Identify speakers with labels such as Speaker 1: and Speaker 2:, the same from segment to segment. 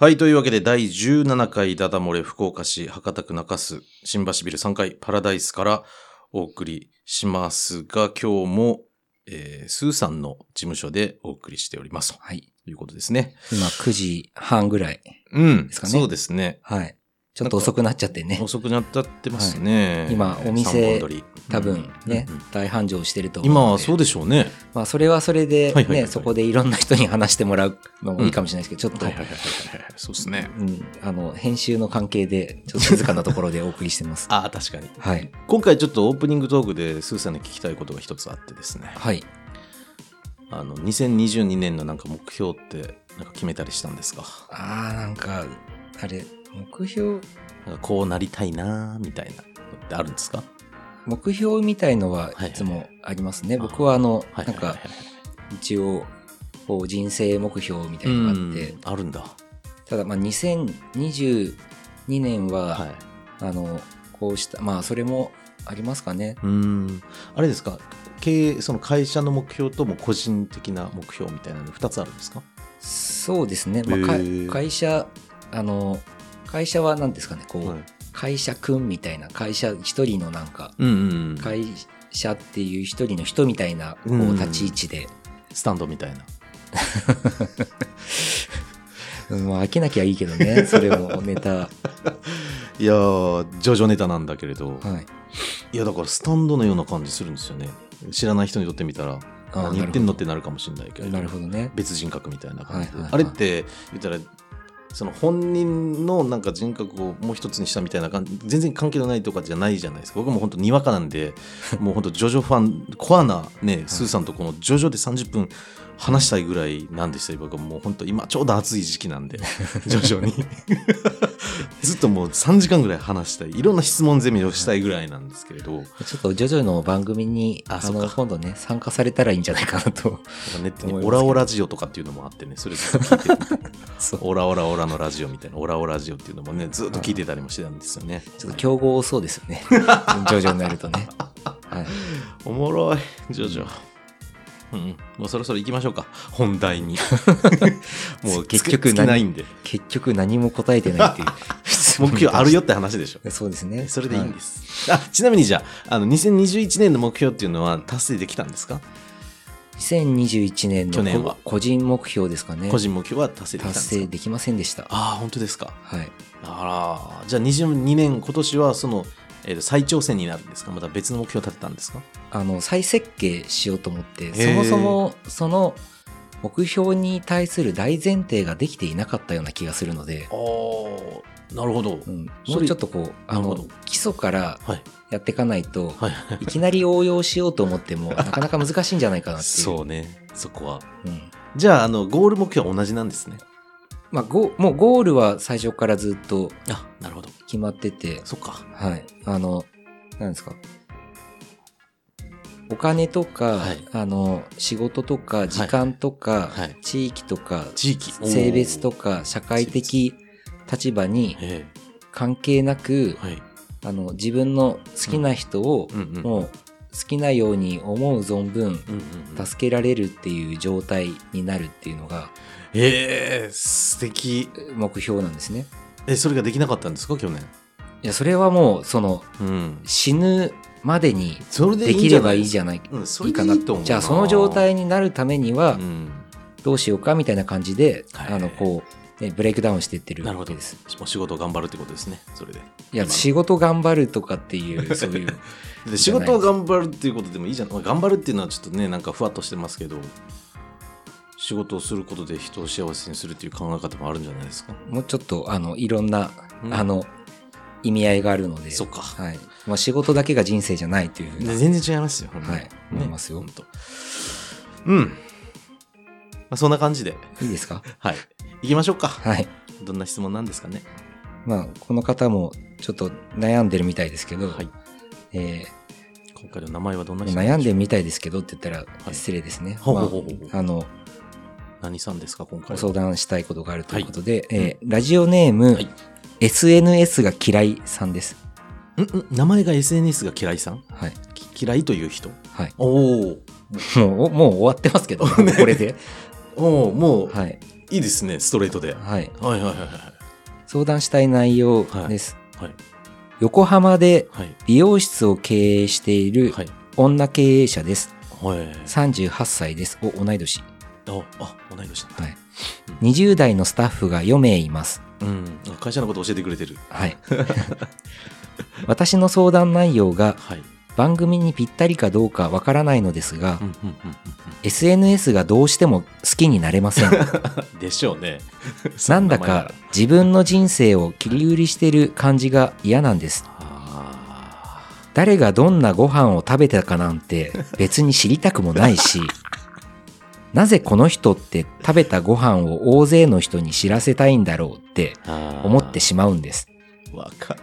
Speaker 1: はい。というわけで、第17回ダダ漏れ福岡市博多区中洲新橋ビル3階パラダイスからお送りしますが、今日も、えースーさんの事務所でお送りしておりますと
Speaker 2: はい。
Speaker 1: いうことですね。
Speaker 2: 今9時半ぐらい。
Speaker 1: うん。
Speaker 2: ですかね
Speaker 1: そうですね。
Speaker 2: はい。ちょっと遅くなっちゃってね。
Speaker 1: 遅くなっちゃってますね。
Speaker 2: い今お店
Speaker 1: 三本撮り
Speaker 2: 多分ね、
Speaker 1: うんうん
Speaker 2: 大繁盛してると思うの
Speaker 1: 今はそうでしょうね。
Speaker 2: まあそれはそれでね、
Speaker 1: はいはいはいはい
Speaker 2: そこでいろんな人に話してもらうのもいいかもしれないですけど、ちょっと、
Speaker 1: はい。そうですね。
Speaker 2: うん、あの、編集の関係で、ちょっと静かなところでお送りしてます。
Speaker 1: あ あ、確かに。
Speaker 2: はい。
Speaker 1: 今回ちょっとオープニングトークでスーさんに聞きたいことが一つあってですね。
Speaker 2: はい。
Speaker 1: あの、2022年のなんか目標って、なんか決めたりしたんですか
Speaker 2: ああ、なんか、あれ、目標、
Speaker 1: なんかこうなりたいなーみたいなのってあるんですか
Speaker 2: 目標みたいのはい
Speaker 1: はい
Speaker 2: いつもありますね。僕はあの、
Speaker 1: はい
Speaker 2: な
Speaker 1: はい
Speaker 2: んか
Speaker 1: はい、はい
Speaker 2: 一応、こう人生目標みたいなのがあって、
Speaker 1: うんあるんだ。
Speaker 2: ただまあ2022年は、
Speaker 1: はい。
Speaker 2: あの、こうした、まあそれもありますかね。
Speaker 1: うーん。あれですか経営、その会社の目標とも個人的な目標みたいなの2つあるんですか
Speaker 2: そうですね。まあ、か
Speaker 1: へー
Speaker 2: 会社、あの、会社は何ですかね、こう、
Speaker 1: はい
Speaker 2: 会社くんみたいな、会社一人のなんか、
Speaker 1: うんうんうん。
Speaker 2: 会社っていう一人の人みたいな、こ
Speaker 1: うん
Speaker 2: う、立ち位置で、
Speaker 1: スタンドみたいな。
Speaker 2: うん、まあ飽きなきゃいいけど ね、それもネタ。
Speaker 1: いやー、ジョジョネタなんだけれど、
Speaker 2: はい。
Speaker 1: いやだからスタンドのような感じするんですよね。知らない人にとってみたら、
Speaker 2: あー
Speaker 1: 何言ってんのってなるかもしれないけれど
Speaker 2: なるほどね。
Speaker 1: 別人格みたいな感じで、
Speaker 2: はいはいは
Speaker 1: あれ
Speaker 2: い
Speaker 1: って言ったらその本人のなんか人格をもう一つにしたみたいな感じ全然関係のないとかじゃないじゃないですか僕も本当にわかなん でもう本当ジョジョファンコアなね、スーさんとこのジョジョで30分話したいぐらいなんですよ僕はもう本当今ちょうど暑い時期なん でジョジョに ずっともう3時間ぐらい話したいいろんな質問攻めをしたいぐらいなんですけれど
Speaker 2: ちょっとジョジョの番組に、
Speaker 1: あ
Speaker 2: あ
Speaker 1: そっか
Speaker 2: の、今度ね、参加されたらいいんじゃないかなと。
Speaker 1: ネットに
Speaker 2: 思いますけど
Speaker 1: オラオラジオとかっていうのもあってねそれずっと聞いてる
Speaker 2: そう
Speaker 1: オラオラオラのラジオみたいなオラオラジオっていうのもねずっと聞いてたりもしてたんですよね、
Speaker 2: ちょっと競合多そうですよ ね。ジョジョになるとね。はい。
Speaker 1: おもろいジョジョうん、もうそろそろ行きましょうか本題 にもう結
Speaker 2: 結
Speaker 1: 局
Speaker 2: 局何
Speaker 1: ないんで
Speaker 2: 結局何も答えてないっていう
Speaker 1: 目標あるよって話でしょ
Speaker 2: そうですね
Speaker 1: それでいいんです、あちなみにじゃああの2021年の目標っていうのは達成できたんですか
Speaker 2: 2021年の
Speaker 1: 去年は
Speaker 2: こ個人目標ですかね
Speaker 1: 個人目標は達成できたんで
Speaker 2: 達
Speaker 1: す
Speaker 2: 成
Speaker 1: か
Speaker 2: できませんでした
Speaker 1: ああ本当ですか
Speaker 2: はい
Speaker 1: あら、じゃあ22年、今年はその、えーと再挑戦になるんですかまた別の目標を立てたんですか
Speaker 2: あの再設計しようと思ってそ
Speaker 1: ー
Speaker 2: もそもその目標に対する大前提ができていなかったような気がするので
Speaker 1: あ、あ、なるほど。
Speaker 2: うん、
Speaker 1: そ
Speaker 2: も
Speaker 1: れ
Speaker 2: うちょっとこうあ
Speaker 1: なるほ
Speaker 2: の
Speaker 1: ど
Speaker 2: 基礎から
Speaker 1: はい。
Speaker 2: やっていかないと
Speaker 1: はい。
Speaker 2: いきなり応用しようと思ってもなかなか難しいんじゃないかな っていう
Speaker 1: そうね、そこは。
Speaker 2: うん
Speaker 1: じゃあ、あの、ゴール目標は同じなんですね。
Speaker 2: まあ、ゴもうゴールは最初からずっと
Speaker 1: あ、なるほど。
Speaker 2: 決まってて
Speaker 1: そっか。
Speaker 2: はい。あの、何ですか。お金とか、
Speaker 1: はい
Speaker 2: あの、仕事とか、時間とか、
Speaker 1: はい
Speaker 2: 地域とか、
Speaker 1: 地域。
Speaker 2: 性別と
Speaker 1: か。
Speaker 2: か、社会的立場に
Speaker 1: え
Speaker 2: 関係な
Speaker 1: え
Speaker 2: く、
Speaker 1: はい。
Speaker 2: あの、自分の好きな人を、
Speaker 1: うんうん。
Speaker 2: もう、好きなように思う存分、
Speaker 1: うんうんうん、
Speaker 2: 助けられるっていう状態になるっていうのが
Speaker 1: ええ素敵
Speaker 2: え目標なんですね。
Speaker 1: えそれができなかったんですか去年
Speaker 2: いや、それはもう、その、
Speaker 1: うん
Speaker 2: 死ぬまでに
Speaker 1: それで
Speaker 2: で
Speaker 1: いいん
Speaker 2: き
Speaker 1: じ
Speaker 2: れ
Speaker 1: ゃな
Speaker 2: ば
Speaker 1: い
Speaker 2: いいじゃない
Speaker 1: うんそ
Speaker 2: い
Speaker 1: れ
Speaker 2: いか
Speaker 1: で
Speaker 2: ない
Speaker 1: いと思うな
Speaker 2: じゃあその状態になるためには
Speaker 1: うん
Speaker 2: どうしようかみたいな感じで、
Speaker 1: はい
Speaker 2: あのこう、ね、ブレイクダウンしていってる
Speaker 1: なるほ
Speaker 2: わ
Speaker 1: ど
Speaker 2: け
Speaker 1: で
Speaker 2: です。
Speaker 1: お仕事を頑張るってことですねそれで
Speaker 2: いや
Speaker 1: 今の
Speaker 2: 仕事頑張るとかっ ていうそういう
Speaker 1: で仕事を頑張るっていうことでもいいじゃん、まあ、頑張るっていうのはちょっとねなんかふわっとしてますけど仕事をすることで人を幸せにするっていう考え方もあるんじゃないですか
Speaker 2: もうちょっとあのいろんな、
Speaker 1: うん
Speaker 2: あの意味合いがあるので
Speaker 1: そっか
Speaker 2: はいまあ、仕事だけが人生じゃないというふう
Speaker 1: で
Speaker 2: な
Speaker 1: 全然違いますよ、ほんと
Speaker 2: はい思いますよ
Speaker 1: ほんとうん、まあ、そんな感じで
Speaker 2: いいですか
Speaker 1: はい行きましょうか、
Speaker 2: はい
Speaker 1: どんな質問なんですかね
Speaker 2: まあこの方もちょっと悩んでるみたいですけど、
Speaker 1: はい
Speaker 2: え
Speaker 1: 今回の名前はどんな
Speaker 2: ー
Speaker 1: 人
Speaker 2: 悩んでるみたいですけどって言ったら
Speaker 1: い
Speaker 2: 失礼ですね、
Speaker 1: ほうほうほうほう
Speaker 2: まあ、あの
Speaker 1: 何さんですか今回
Speaker 2: ご
Speaker 1: は
Speaker 2: 相談したいことがあるということで、えーラジオネーム、
Speaker 1: はい
Speaker 2: SNS が嫌いさんです。
Speaker 1: んん名前が SNS が嫌いさん
Speaker 2: はい。
Speaker 1: き嫌いという人
Speaker 2: はい。
Speaker 1: おー
Speaker 2: もう、もう終わって ますけど、これで。
Speaker 1: おーもう
Speaker 2: はい。
Speaker 1: いいですねストレートで、
Speaker 2: はい。
Speaker 1: はいはいはいはい
Speaker 2: 相談したい内容です。
Speaker 1: はい
Speaker 2: 横浜で
Speaker 1: はい
Speaker 2: 美容室を経営している
Speaker 1: はい
Speaker 2: 女経営者です。
Speaker 1: はい
Speaker 2: 38歳です。お、同い年。
Speaker 1: ああ同い年だ
Speaker 2: はい。20代のスタッフが4名います。
Speaker 1: うんあ会社のこと教えてくれてる
Speaker 2: はい。 私の相談内容が
Speaker 1: はい
Speaker 2: 番組にぴったりかどうかわからないのですが、
Speaker 1: うんうんうんうん
Speaker 2: SNS がどうしても好きになれません。
Speaker 1: うんでしょうね
Speaker 2: なんだか自分の人生を切り売りしてる感じが嫌なんです。
Speaker 1: あ
Speaker 2: 誰がどんなご飯を食べたかなんて別に知りたくもないし、なぜこの人って食べたご飯を大勢の人に知らせたいんだろうって
Speaker 1: ーあー
Speaker 2: 思ってしまうんです。
Speaker 1: わかる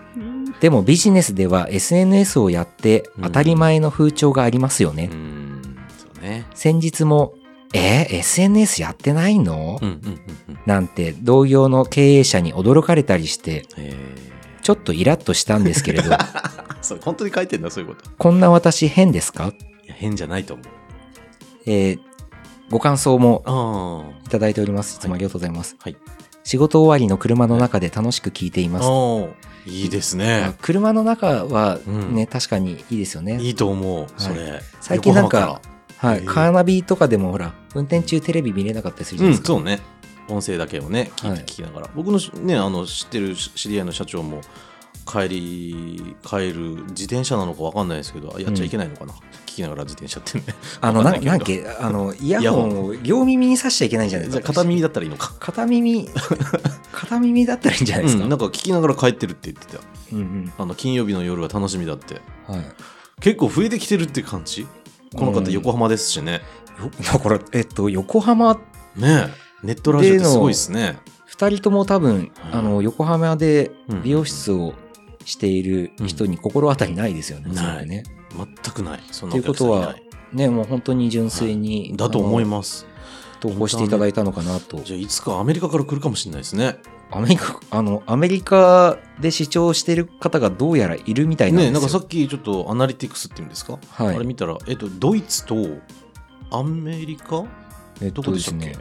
Speaker 2: でもビジネスでは SNS をやって当たり前の風潮がありますよね。
Speaker 1: うんそうね
Speaker 2: 先日も、えー SNS やってないの、
Speaker 1: うんうんうんうん
Speaker 2: なんて同業の経営者に驚かれたりして、
Speaker 1: え
Speaker 2: ちょっとイラッとしたんですけ れど、
Speaker 1: ー、そう本当に書いてんだそういうこと
Speaker 2: こんな私変ですか
Speaker 1: いや変じゃないと思う
Speaker 2: えーご感想も
Speaker 1: あ
Speaker 2: いただいております。いつもありがとうございます。
Speaker 1: はい
Speaker 2: 仕事終わりの車の中で楽しく聞いてい
Speaker 1: あ
Speaker 2: ます。
Speaker 1: ーいいです
Speaker 2: まあ
Speaker 1: ね
Speaker 2: 車の中はね、
Speaker 1: う
Speaker 2: 確かにいいですよね。
Speaker 1: いいと思うそれ
Speaker 2: 最近なんか
Speaker 1: 横浜
Speaker 2: はい、
Speaker 1: へえ
Speaker 2: カーナビとかでもほら、運転中テレビ見れなかったりするじゃ
Speaker 1: う
Speaker 2: ない
Speaker 1: ん
Speaker 2: ですか。
Speaker 1: そうね音声だけをね聞い
Speaker 2: はい
Speaker 1: て聞きながら、僕のしねあの知ってるし知り合いの社長も帰り帰る自転車なのか分かんないですけどやっちゃいけないのかな、聞きながら自転車ってね
Speaker 2: あの、
Speaker 1: わか
Speaker 2: な
Speaker 1: らないけど
Speaker 2: なんけ、あの、イヤ
Speaker 1: イヤホ
Speaker 2: ホンを両耳にさしちゃいけないんじ
Speaker 1: じ
Speaker 2: ゃ
Speaker 1: ゃ
Speaker 2: ないです
Speaker 1: あ
Speaker 2: か。
Speaker 1: 片耳だったらいいのか
Speaker 2: 片耳、片耳だったらいいんじゃないですか。
Speaker 1: う、
Speaker 2: うんん、
Speaker 1: なんか聞きながら帰ってるって言ってた
Speaker 2: うん
Speaker 1: あの金曜日の夜は楽しみだって
Speaker 2: はい。
Speaker 1: 結構増えてきてるって感じこの
Speaker 2: う
Speaker 1: 方
Speaker 2: ん
Speaker 1: 横浜ですしね、
Speaker 2: よ だから、えっと、横浜、
Speaker 1: ねえネットラジオってすごいですね
Speaker 2: 二人とも多分、
Speaker 1: はい
Speaker 2: あの、横浜で美容室をしている人に心当たりないですよね。
Speaker 1: うん
Speaker 2: おそらくね。
Speaker 1: 全くないそんなお客さんいない
Speaker 2: っていうね、もう本当に純粋に、
Speaker 1: だと思い
Speaker 2: す。
Speaker 1: ます
Speaker 2: 投稿していただいたのかなと。
Speaker 1: じゃあいつかアメリカから来るかもしれないですね
Speaker 2: アメリカ、あの、アメリカで視聴している方がどうやらいるみたいなんです
Speaker 1: ねな
Speaker 2: よ。
Speaker 1: んかさっきちょっとアナリティクスっていうんですか、
Speaker 2: はい
Speaker 1: あれ見たら、えっと、ドイツとアメリカ
Speaker 2: えっ
Speaker 1: どこ
Speaker 2: と
Speaker 1: で
Speaker 2: で
Speaker 1: し
Speaker 2: す
Speaker 1: たっけ、
Speaker 2: ね。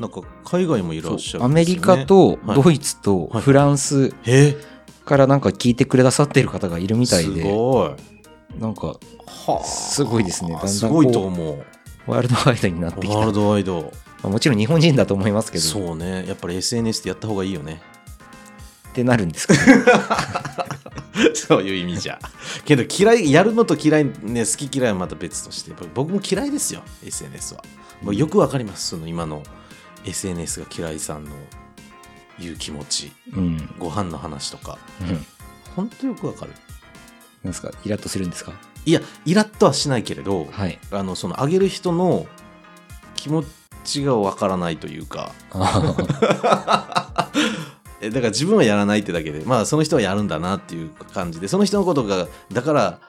Speaker 1: なんか海外もいらっしゃ
Speaker 2: そう
Speaker 1: る
Speaker 2: ア
Speaker 1: んで
Speaker 2: メ
Speaker 1: すよ
Speaker 2: リ
Speaker 1: ね
Speaker 2: カと
Speaker 1: はい
Speaker 2: ドイツと
Speaker 1: はい
Speaker 2: フランス
Speaker 1: へえ
Speaker 2: からなんか聞いてくださってる方がいるみたい
Speaker 1: す
Speaker 2: で、
Speaker 1: ごい
Speaker 2: なんか
Speaker 1: はあ
Speaker 2: すごいですねだんだんこう
Speaker 1: すごいと思う
Speaker 2: ワールドワイドになってきた。
Speaker 1: ワールドワイド
Speaker 2: まあもちろん日本人だと思いますけど、っ
Speaker 1: そうねやっぱり SNS でやった方がいいよ ね
Speaker 2: てなるんですけど、
Speaker 1: そういう意味じゃ けど嫌いやるのと嫌いね好き嫌いはまた別として僕僕も嫌いですよ SNS はもうよくわかりますその今の SNS が嫌いさんの言う気持ち
Speaker 2: うん。
Speaker 1: ご飯の話とか
Speaker 2: うん
Speaker 1: 本当よくわかる
Speaker 2: なんですかイラッとするんですか
Speaker 1: いやイラッとはしないけれど
Speaker 2: はい。
Speaker 1: あのその上げる人の気持ちがわからないというか
Speaker 2: あ
Speaker 1: えだから自分はやらないってだけでまあその人はやるんだなっていう感じでその人のことがだから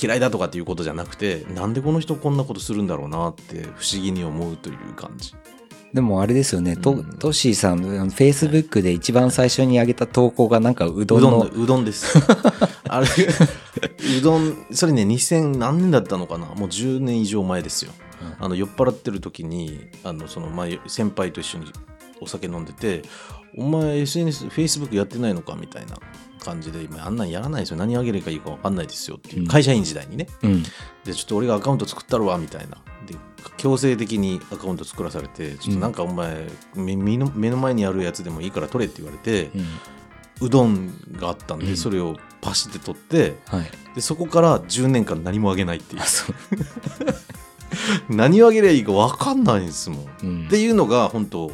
Speaker 1: 嫌いだとかっていうことじゃなくてなんでこの人こんなことするんだろうなって不思議に思うという感じ
Speaker 2: ー でもあれですよね、と
Speaker 1: う
Speaker 2: ト
Speaker 1: ん
Speaker 2: ッシーさん、フェイスブックで一番最初に上げた投稿がなんかう
Speaker 1: うど
Speaker 2: どん
Speaker 1: ん
Speaker 2: の
Speaker 1: のうどんです あれうどんそれね2000何年だったのかなもう10年以上前ですよ
Speaker 2: うん
Speaker 1: あの酔っ払ってる時にあのその前先輩と一緒にお酒飲んでて「お前 SNS、Facebook やってないのか?」みたいな感じで「今あんなんやらないですよ何あげればいいか分かんないですよ」っていううん会社員時代にね
Speaker 2: うん。
Speaker 1: でちょっと俺がアカウント作ったるわみたいなで強制的にアカウント作らされてちょっとなんかお前、みみの目の前にあるやつでもいいから取れって言われて、
Speaker 2: うん
Speaker 1: うどんがあったんで、
Speaker 2: うん
Speaker 1: それをパシって取って
Speaker 2: はい。
Speaker 1: でそこから10年間何もあげないっていう
Speaker 2: あそ う。
Speaker 1: 何をあげりゃいいか分かんないんですもん
Speaker 2: うん
Speaker 1: っていうのが本当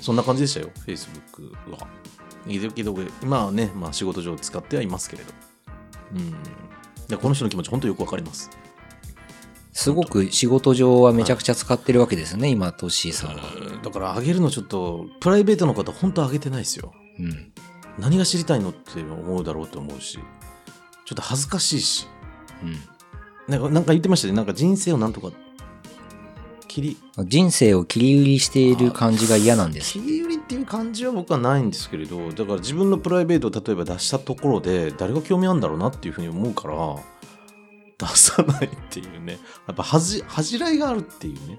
Speaker 1: そんな感じでしたよ Facebook は。いどけど今はね、まあ、仕事上使ってはいますけれど。うんでこの人の気持ち本当よくわかります。
Speaker 2: すごく仕事上はめちゃくちゃ使ってるわけですね、今、トッシーさんは。
Speaker 1: だからあげるのちょっとプライベートの方本当あげてないですよ。
Speaker 2: うん。
Speaker 1: 何が知りたいのって思うだろうと思うしちょっと恥ずかしいしなんかなんか言ってましたねなんか人生をなんとか切り
Speaker 2: うん人生を切り売りしている感じが嫌なんです。
Speaker 1: 切り売りっていう感じは僕はないんですけれどだから自分のプライベートを例えば出したところで誰が興味あるんだろうなっていうふうに思うから出さないっていうねやっぱ恥じ恥じらいがあるっていうね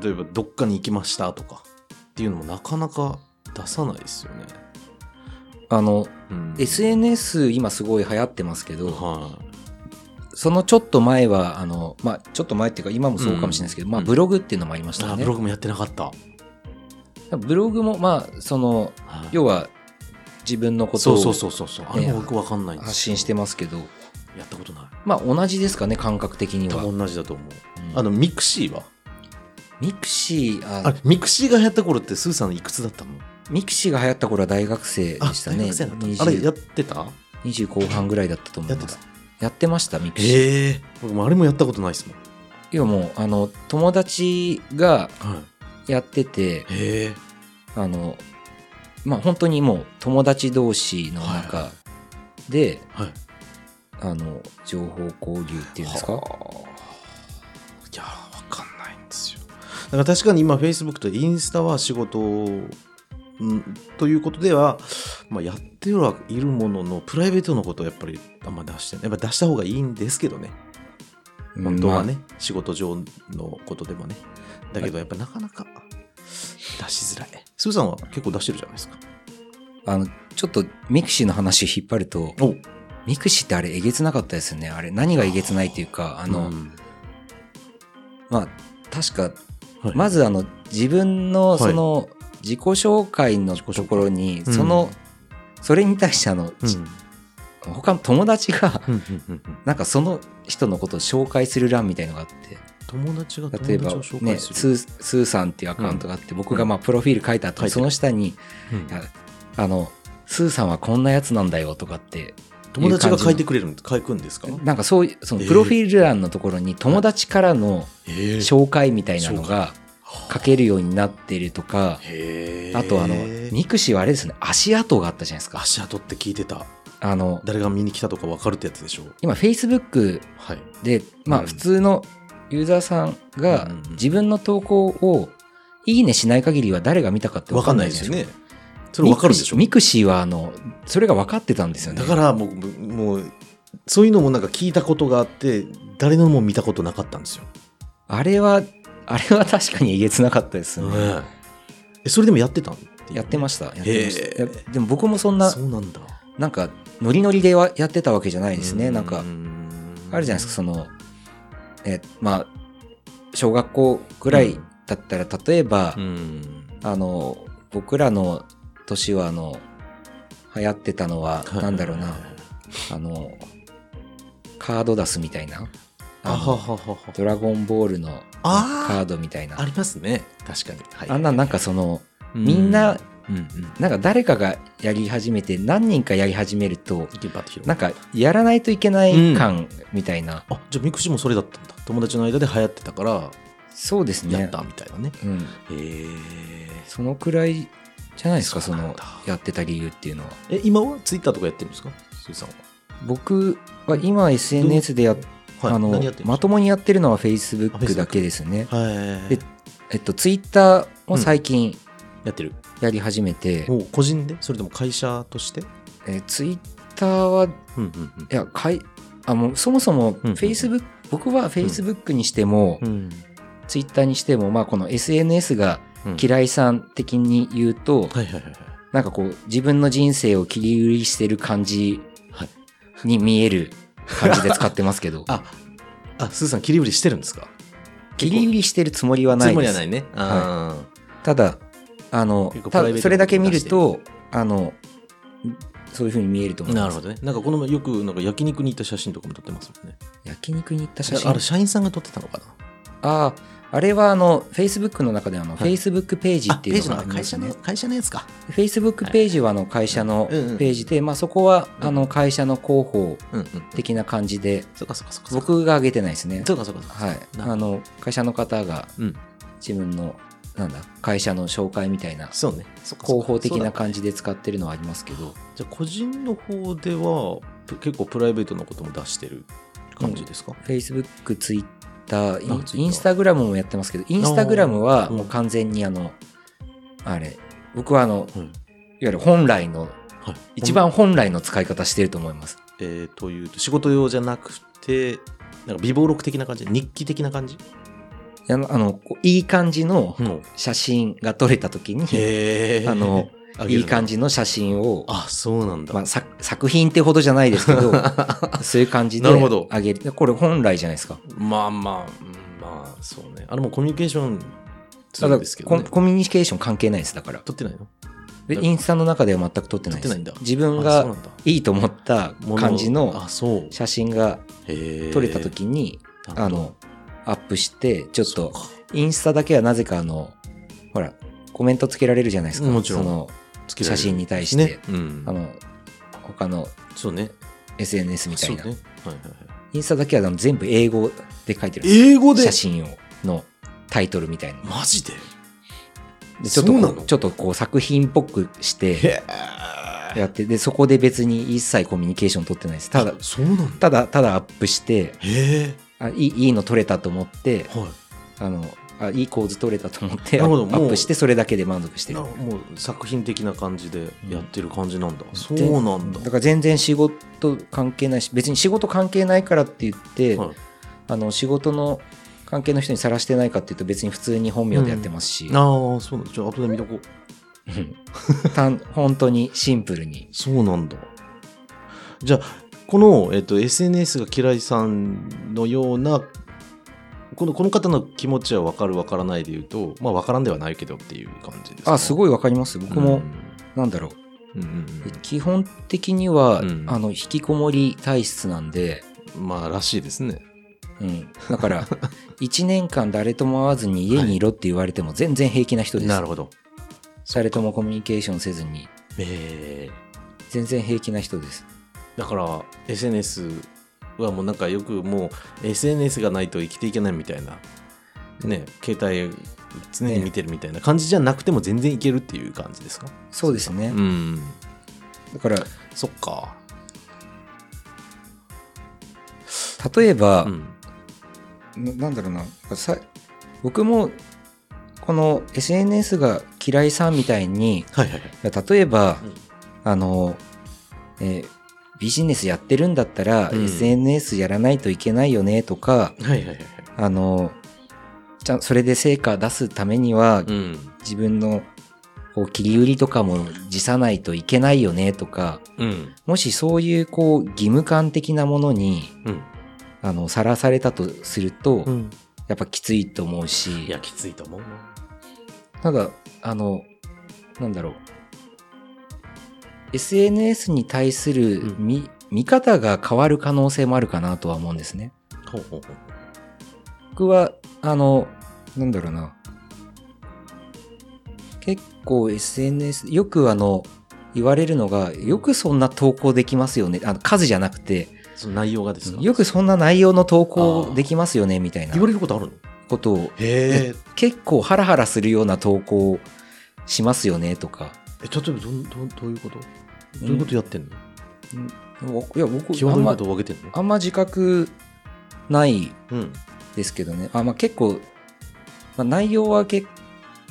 Speaker 1: 例えばどっかに行きましたとかっていうのもなかなか出さないですよね、
Speaker 2: あの、
Speaker 1: うん、
Speaker 2: SNS 今すごい流行ってますけど、
Speaker 1: は
Speaker 2: そのちょっと前は、あの、まあ、ちょっと前っていうか今もそうかもしれないですけど、まあ、
Speaker 1: うん
Speaker 2: ブログっていうのもありまし
Speaker 1: い、
Speaker 2: た
Speaker 1: あ
Speaker 2: よ
Speaker 1: ブ
Speaker 2: ね
Speaker 1: ロ。グもやってなかった、
Speaker 2: ブログも、まあ、その、
Speaker 1: はい
Speaker 2: 要は自分のこと
Speaker 1: そうそう
Speaker 2: を
Speaker 1: そうそうそうあれも僕分かんないんですよ
Speaker 2: 発信してますけど、
Speaker 1: やったことない
Speaker 2: まあ、同じですかね、感覚的に
Speaker 1: 多
Speaker 2: は。
Speaker 1: 分同じだと思う
Speaker 2: うん
Speaker 1: あのミクシーは
Speaker 2: ミクシーあ
Speaker 1: あれミクシーが流行った頃ってスーさんいくつだったの
Speaker 2: ミクシーが流行った頃は大学生で
Speaker 1: あ
Speaker 2: したね。
Speaker 1: 大学生だった
Speaker 2: 20
Speaker 1: あれやってた
Speaker 2: 20後半ぐらいだったと思い
Speaker 1: や
Speaker 2: ま
Speaker 1: って
Speaker 2: す
Speaker 1: た。
Speaker 2: やってました、ミクシー。
Speaker 1: へえ僕もあれもやったことないですもん、
Speaker 2: 要はもう、あの、友達が
Speaker 1: は
Speaker 2: やってて、
Speaker 1: い、へえ
Speaker 2: あの、まあ本当にもう友達同士の中で、
Speaker 1: はい
Speaker 2: あの、情報交流っていうんですか
Speaker 1: はあいや分かんないんですよだから確かに今 Facebook とインスタは仕事をんということでは、まあ、やってはいるもののプライベートのことはやっぱりあんま出してないやっぱ出した方がいいんですけどね本当はね、仕事上のことでもねだけどやっぱなかなか出しづらいスーさんは結構出してるじゃないですか
Speaker 2: まああの、ちょっとミクシーの話引っ張ると、
Speaker 1: お
Speaker 2: ミクシーってあれえげつなかったですよね。あれ何がえげつないっていうか、あ
Speaker 1: あ
Speaker 2: の、まあ確か、
Speaker 1: はい
Speaker 2: まずあの、自分の
Speaker 1: い
Speaker 2: その自己紹介の
Speaker 1: 自己紹介
Speaker 2: ところに、
Speaker 1: うん
Speaker 2: その、それに対してあの、
Speaker 1: うん
Speaker 2: ち他の友達が、
Speaker 1: うんうんうんうん
Speaker 2: なんかその人のことを紹介する欄みたいのがあって、
Speaker 1: 友達が友
Speaker 2: 例えば
Speaker 1: 達を紹
Speaker 2: ね、
Speaker 1: 介
Speaker 2: ス
Speaker 1: する、
Speaker 2: ースーさんっていうアカウントがあって、僕がまあプロフィール書いた後、
Speaker 1: 書いてる
Speaker 2: その下に
Speaker 1: うん
Speaker 2: いやあのスーさんはこんなやつなんだよとかって
Speaker 1: 友達が書いてくれるん書くんですか
Speaker 2: なんかそういうその
Speaker 1: えー
Speaker 2: プロフィール欄のところに友達からの
Speaker 1: へえ
Speaker 2: 紹介みたいなのが書けるようになってるとか
Speaker 1: へえ
Speaker 2: あとあのミクシーはあれですね足跡があったじゃないですか
Speaker 1: 足跡って聞いてた
Speaker 2: あの
Speaker 1: 誰が見に来たとか分かるってやつでしょ
Speaker 2: 今 Facebook
Speaker 1: はい
Speaker 2: でま
Speaker 1: う
Speaker 2: あ
Speaker 1: ん
Speaker 2: 普通のユーザーさんが
Speaker 1: うんうんうん
Speaker 2: 自分の投稿をいいねしない限りは誰が見たかって
Speaker 1: 分
Speaker 2: 分
Speaker 1: か
Speaker 2: か
Speaker 1: ん
Speaker 2: ん
Speaker 1: な
Speaker 2: ないい
Speaker 1: で
Speaker 2: じ
Speaker 1: すよ
Speaker 2: ゃないで
Speaker 1: ね
Speaker 2: すか。
Speaker 1: それ分かるでしょ
Speaker 2: ミクシーミクシーはあのそれが分かってたんですよね。
Speaker 1: だからもうもうそういうのもなんか聞いたことがあって誰のも見たことなかったんですよ、
Speaker 2: あれは、あれは確かにえげつなかったですね。
Speaker 1: ええそれでもやってたん
Speaker 2: やってま
Speaker 1: し
Speaker 2: した。やってました
Speaker 1: へえ
Speaker 2: いやでも僕もそんな
Speaker 1: そ、うなんだ
Speaker 2: なんか、ノリノリではやってたわけじゃないですね。なんか、あるじゃないですか、そ
Speaker 1: の
Speaker 2: の、え、まあ、小学校ぐらいだったら、例えば、
Speaker 1: うん
Speaker 2: あの、僕らの年は、あの、流行ってたのは、なんだろうな、あの、カード出すみたいな、あ
Speaker 1: あ
Speaker 2: の
Speaker 1: はははは
Speaker 2: ドラゴンボールの
Speaker 1: あー
Speaker 2: カードみたいな
Speaker 1: あ、りますね確かに、はい
Speaker 2: あんななんかその、
Speaker 1: う
Speaker 2: みんな、
Speaker 1: うんうん
Speaker 2: なんか誰かがやり始めて何人かやり始めると
Speaker 1: 一気にバッと広
Speaker 2: なんかやらないといけない感みたいな、
Speaker 1: あじゃあミクシーもそれだったんだ友達の間で流行ってたから
Speaker 2: そうですね
Speaker 1: やったみたいなね
Speaker 2: うん、
Speaker 1: へ
Speaker 2: そのくらいじゃないですか
Speaker 1: そ
Speaker 2: そう
Speaker 1: なん
Speaker 2: の
Speaker 1: だ
Speaker 2: やってた理由っていうのは
Speaker 1: え今はツイッターとかやってるんですかスーさんは
Speaker 2: 僕は今 SNS でやっ
Speaker 1: はい
Speaker 2: あの
Speaker 1: 何やってるん
Speaker 2: ま
Speaker 1: です
Speaker 2: ともにやってるのは Facebook
Speaker 1: Facebook
Speaker 2: だけですね、
Speaker 1: かはい
Speaker 2: でえっと、Twitter も最近
Speaker 1: やってる
Speaker 2: やり始めて、
Speaker 1: もう個人でそれとも会社として
Speaker 2: え Twitter は
Speaker 1: うんうんうん
Speaker 2: いやかいあもうそもそも
Speaker 1: うん
Speaker 2: Facebook、僕は Facebook にしても、
Speaker 1: うん
Speaker 2: ツイッターにしても、まあ、この SNS が嫌いさん的に言うと、
Speaker 1: はいはいはいはい
Speaker 2: なんかこう自分の人生を切り売りしてる感じ
Speaker 1: はい
Speaker 2: に見える感じで使ってますけど
Speaker 1: ああスーさん切り売りしてるんですか
Speaker 2: 切り売りしてるつもりはな
Speaker 1: つ
Speaker 2: い
Speaker 1: もり
Speaker 2: で
Speaker 1: は
Speaker 2: す
Speaker 1: ないねあ
Speaker 2: ただあの
Speaker 1: 結構プライベート
Speaker 2: た
Speaker 1: な
Speaker 2: それだけ見るとあのそういうふうに見えると
Speaker 1: ー
Speaker 2: 思い
Speaker 1: な
Speaker 2: ま
Speaker 1: る
Speaker 2: す
Speaker 1: ほどねなんかこの前よくなんか焼肉に行った写真とかも撮ってますもんね
Speaker 2: 焼肉に行った写真
Speaker 1: あれ社員さんが撮ってたのかな
Speaker 2: ああれはあの Facebook の中であの、
Speaker 1: はい
Speaker 2: Facebook ページ
Speaker 1: あ
Speaker 2: って
Speaker 1: ペー
Speaker 2: いう
Speaker 1: ジ
Speaker 2: の
Speaker 1: の
Speaker 2: がありま
Speaker 1: 会
Speaker 2: す
Speaker 1: 社
Speaker 2: ね
Speaker 1: の会社のやつか
Speaker 2: Facebook ページはあの会社の
Speaker 1: うんうん
Speaker 2: ページで、まあ、そこはあ
Speaker 1: う
Speaker 2: の会社の広報
Speaker 1: うんうん
Speaker 2: 的な感じで
Speaker 1: そうかそうかそうかそうか
Speaker 2: 僕が上げてないですね
Speaker 1: そうかそうかそうか
Speaker 2: はい
Speaker 1: なるほど
Speaker 2: あの会社の方が
Speaker 1: うん
Speaker 2: 自分のなんだ会社の紹介みたいな
Speaker 1: そうねそっかそっ
Speaker 2: 広
Speaker 1: か
Speaker 2: 報的
Speaker 1: そう
Speaker 2: な
Speaker 1: だ
Speaker 2: 感じで使ってるのはありますけど
Speaker 1: じゃあ個人の方ではぷ結構プライベートのことも出してる感じですか、
Speaker 2: Facebook、Twitter、イン
Speaker 1: あ Twitter
Speaker 2: インスタグラムもやってますけどインスタグラムは
Speaker 1: うん
Speaker 2: もう完全にあのあれ僕はあの、
Speaker 1: うん
Speaker 2: いわゆる本来の、
Speaker 1: はい、
Speaker 2: 一番本来の使い方してると思います。
Speaker 1: えー、というと仕事用じゃなくてなんか微暴録的な感じ日記的な感じ、
Speaker 2: あの、あのこういい感じの
Speaker 1: うん、
Speaker 2: 写真が撮れた時に、
Speaker 1: へえ
Speaker 2: あの、いい感
Speaker 1: じ
Speaker 2: じの写真を、
Speaker 1: あそうなんだ、
Speaker 2: まあ、さ作品ってほどじゃないですけ ど、そういう感じで
Speaker 1: なるほど
Speaker 2: あげる。これ本来じゃないですか。
Speaker 1: まあまあうんまあそうねあれもコミュニケーションツ
Speaker 2: た
Speaker 1: ー
Speaker 2: だ
Speaker 1: ルですけど、ね
Speaker 2: コ、コミュニケーション関係ないです、だから。
Speaker 1: 撮ってないの
Speaker 2: でインスタの中では全く撮ってないです。
Speaker 1: 撮ってないんだ
Speaker 2: 自分
Speaker 1: あそう
Speaker 2: が
Speaker 1: なんだ
Speaker 2: いいと思った
Speaker 1: も
Speaker 2: 感じの
Speaker 1: あそう
Speaker 2: 写真が
Speaker 1: へえ
Speaker 2: 撮れた時に、
Speaker 1: なる
Speaker 2: あ
Speaker 1: ほど
Speaker 2: の、アップして、ちょっ
Speaker 1: そっ
Speaker 2: と、
Speaker 1: か
Speaker 2: インスタだけはなぜかあの、ほら、コメントつけられるじゃないですか。
Speaker 1: もちろん
Speaker 2: その
Speaker 1: つけられ
Speaker 2: 写
Speaker 1: る
Speaker 2: 真に対して、
Speaker 1: ね、うん
Speaker 2: あ、の、他の
Speaker 1: そうね
Speaker 2: SNS みたいな。
Speaker 1: そうね、はいはいはい、
Speaker 2: インスタだけはあの全部英語で書いてるんです
Speaker 1: 英語で
Speaker 2: 写真をのタイトルみたいな。
Speaker 1: マジで
Speaker 2: でちょっとこ
Speaker 1: そうなの
Speaker 2: ちょっとこう作品っぽくして
Speaker 1: へえ
Speaker 2: やって、で、そこで別に一切コミュニケーション取ってないです。ただ、
Speaker 1: そうなんだ
Speaker 2: ただ、ただアップして、
Speaker 1: へえ
Speaker 2: あいいいいの撮れたと思って、
Speaker 1: はい
Speaker 2: あの、あいい構図撮れたと思って、
Speaker 1: な
Speaker 2: ア
Speaker 1: るほど
Speaker 2: ッ
Speaker 1: もう
Speaker 2: プして、それだけで満足してる
Speaker 1: な。もう作品的な感じでやってる感じなんだ、そ
Speaker 2: で
Speaker 1: うなんだ
Speaker 2: だから全然仕事関係ないし、別に仕事関係ないからって言って、
Speaker 1: はい
Speaker 2: あの、仕事の関係の人にさらしてないかっていうと、別に普通に本名でやってますし、
Speaker 1: ああそうなんだじゃあ後で見とこう
Speaker 2: うん たん本当にシンプルに。
Speaker 1: そうなんだじゃあこの、えっと SNS が嫌いさんのようなこのこの方の気持ちは分かる分からないで言うとまあ分からんではないけどっていう感じですか
Speaker 2: あ、すごいわかります。僕も、なんだろう。
Speaker 1: うん、うん
Speaker 2: 基本的には、
Speaker 1: うん
Speaker 2: あの、引きこもり体質なんで、
Speaker 1: うんまあらしいですね
Speaker 2: うん。だ から、1年間誰とも会わずに家にいろって言われても全然平気な人です。
Speaker 1: なるほど
Speaker 2: 誰ともコミュニケーションせずに、
Speaker 1: えー、
Speaker 2: 全然平気な人です。
Speaker 1: だから SNS はもうなんかよくもう SNS がないと生きていけないみたいなね携帯常に見てるみたいな感じじゃなくても全然いけるっていう感じですか、
Speaker 2: そうですね。
Speaker 1: うん
Speaker 2: だから、
Speaker 1: そっか
Speaker 2: 例えば、
Speaker 1: うん
Speaker 2: ななんだろうなさ僕もこの SNS が嫌いさんみたいに
Speaker 1: はいはいはい
Speaker 2: 例えば、
Speaker 1: うん
Speaker 2: あの、えービジネスやってるんだったら、
Speaker 1: うん
Speaker 2: SNS やらないといけないよねとか
Speaker 1: はいはいはいはい。
Speaker 2: あのじゃそれで成果出すためには、
Speaker 1: うん。
Speaker 2: 自分のこう切り売りとかも辞さないといけないよねとか
Speaker 1: うん。
Speaker 2: もしそういうこう義務感的なものに
Speaker 1: うん。
Speaker 2: あのさらされたとすると、
Speaker 1: うん。
Speaker 2: やっぱきついと思う
Speaker 1: い
Speaker 2: し
Speaker 1: や、きついと思うな。
Speaker 2: ただあのなんだろう SNS に対する
Speaker 1: うん
Speaker 2: 見,、見方が変わる可能性もあるかなとは思うんですね。
Speaker 1: ほうほうほう。
Speaker 2: 僕はあのなんだろうな結構 SNS よくあの言われるのがよくそんな投稿できますよねあの数じゃなくて
Speaker 1: その内容がですか
Speaker 2: よくそんな内容の投稿できますよねみたいな
Speaker 1: 言われることあるの
Speaker 2: ことを
Speaker 1: へえ。
Speaker 2: 結構ハラハラするような投稿しますよねとか
Speaker 1: え、例えばどん、どん、どういうことどういうことやってんの
Speaker 2: いや僕
Speaker 1: 際
Speaker 2: あ
Speaker 1: ど
Speaker 2: ん
Speaker 1: いこ
Speaker 2: ま
Speaker 1: とを分けてんの
Speaker 2: あんま自覚ない
Speaker 1: うん。
Speaker 2: ですけどねあ、まあ、結構、まあ、内容は結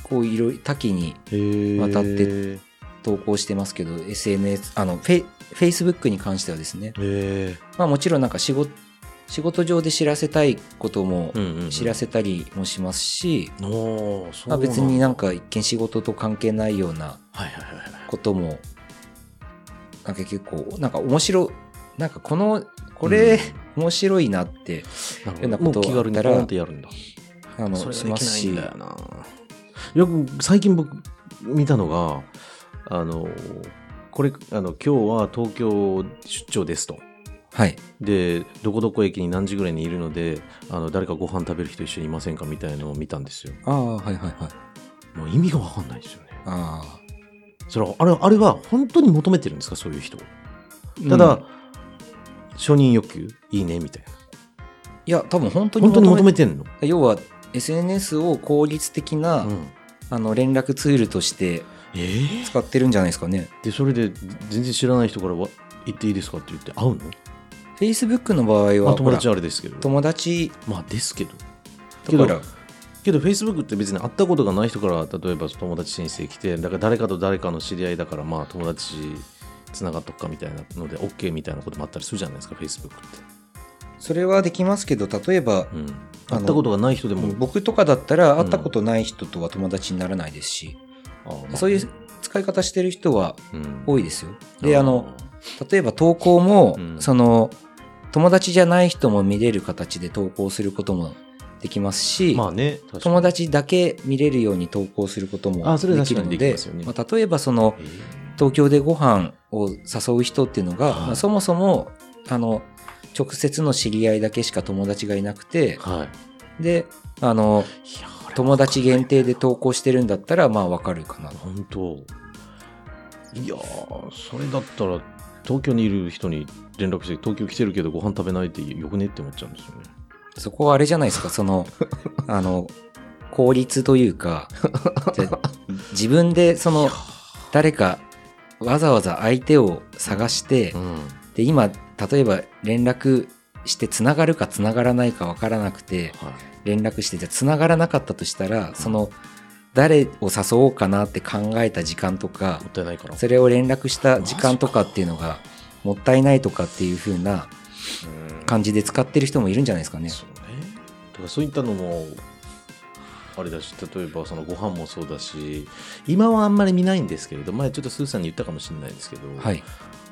Speaker 2: 構いろいろ多岐に
Speaker 1: へえ。
Speaker 2: 渡って
Speaker 1: へ
Speaker 2: 投稿してますけど SNS あのフェイ Facebook に関してはですね、
Speaker 1: え。
Speaker 2: まあ、もちろんなんか仕事仕事上で知らせたいことも
Speaker 1: うんうんうん。
Speaker 2: 知らせたりもしますし、
Speaker 1: おーそう
Speaker 2: まあ、別になん
Speaker 1: か。
Speaker 2: か一見仕事と関係ないような
Speaker 1: はいはいはいはい。
Speaker 2: こともなんか結構なんか面白なんかこのこれ、面白いなって
Speaker 1: なる
Speaker 2: 変な
Speaker 1: ほ
Speaker 2: こ
Speaker 1: ども
Speaker 2: と
Speaker 1: う
Speaker 2: を
Speaker 1: 気軽にポンってやるんだ。
Speaker 2: あの
Speaker 1: それ
Speaker 2: し
Speaker 1: が
Speaker 2: ま
Speaker 1: でき
Speaker 2: す
Speaker 1: ない
Speaker 2: し
Speaker 1: んだよな。よく最近僕見たのが、あの、これ、あの、今日は東京出張ですと。
Speaker 2: はい
Speaker 1: で、どこどこ駅に何時ぐらいにいるので、あの、誰かご飯食べる人一緒にいませんかみたいのを見たんですよ。
Speaker 2: ああはいはいはい
Speaker 1: もう意味がわかんないですよね。
Speaker 2: あ
Speaker 1: それは、あれ、あれは本当に求めてるんですかそういう人を。
Speaker 2: あ
Speaker 1: ただ、
Speaker 2: うん
Speaker 1: 承認欲求いいねみたいな。
Speaker 2: いや多分本当に
Speaker 1: 本当に求
Speaker 2: 求め
Speaker 1: めてんの、
Speaker 2: 要は SNS を効率的な、
Speaker 1: うん
Speaker 2: あの連絡ツールとして
Speaker 1: えー
Speaker 2: 使ってるんじゃないですかね
Speaker 1: で、それで全然知らない人からは行っていいですかって言って会うの
Speaker 2: Facebook の場合
Speaker 1: まあ、
Speaker 2: は
Speaker 1: 友達
Speaker 2: ほ
Speaker 1: はあ
Speaker 2: ら
Speaker 1: れですけど。
Speaker 2: 友達
Speaker 1: まあですけど。
Speaker 2: だから
Speaker 1: けど Facebook って別に会ったことがない人から例えば友達申請来てだから誰かと誰かの知り合いだからまあ友達つながっとくかみたいなので OK みたいなこともあったりするじゃないですか Facebook って、
Speaker 2: それはできますけど例えば
Speaker 1: うん、会ったことがない人でも、
Speaker 2: 僕とかだったら会ったことない人とは友達にならないですし、
Speaker 1: あまあ
Speaker 2: そういう使い方してる人は
Speaker 1: うん
Speaker 2: 多いですよ。であの例えば投稿も、
Speaker 1: うん
Speaker 2: その友達じゃない人も見れる形で投稿することもできますし、
Speaker 1: まあね確かに
Speaker 2: 友達だけ見れるように投稿することも
Speaker 1: あそれ
Speaker 2: で
Speaker 1: は
Speaker 2: き
Speaker 1: 確かに
Speaker 2: るの
Speaker 1: で
Speaker 2: で
Speaker 1: きますよね
Speaker 2: まあ、例えばその
Speaker 1: え
Speaker 2: 東京でご飯を誘う人っていうのが、
Speaker 1: はい
Speaker 2: まあそもそもあの直接の知り合いだけしか友達がいなくて
Speaker 1: ーはい
Speaker 2: であの
Speaker 1: いや俺
Speaker 2: 友達限定で投稿してるんだったらまあわかるかな
Speaker 1: 本当いやーそれだったら東京にいる人に連絡して東京来てるけどご飯食べないってよくねって思っちゃうんですよね
Speaker 2: そこはあれじゃないですか そのあの効率というかじゃ自分でその誰かわざわざ相手を探して、
Speaker 1: ん
Speaker 2: で今例えば連絡してつながるかつながらないかわからなくて
Speaker 1: はい
Speaker 2: 連絡してじゃあつながらなかったとしたらその誰を誘おうかなって考えた時間とか
Speaker 1: もったいないから
Speaker 2: それを連絡した時間とかっていうのがもったいないとかっていう風な
Speaker 1: うん
Speaker 2: 感じで使ってる人もいるんじゃないですかね。
Speaker 1: そうねだからそういったのもあれだし例えばそのご飯もそうだし今はあんまり見ないんですけれど前ちょっとスーさんに言ったかもしれないですけど、
Speaker 2: はい、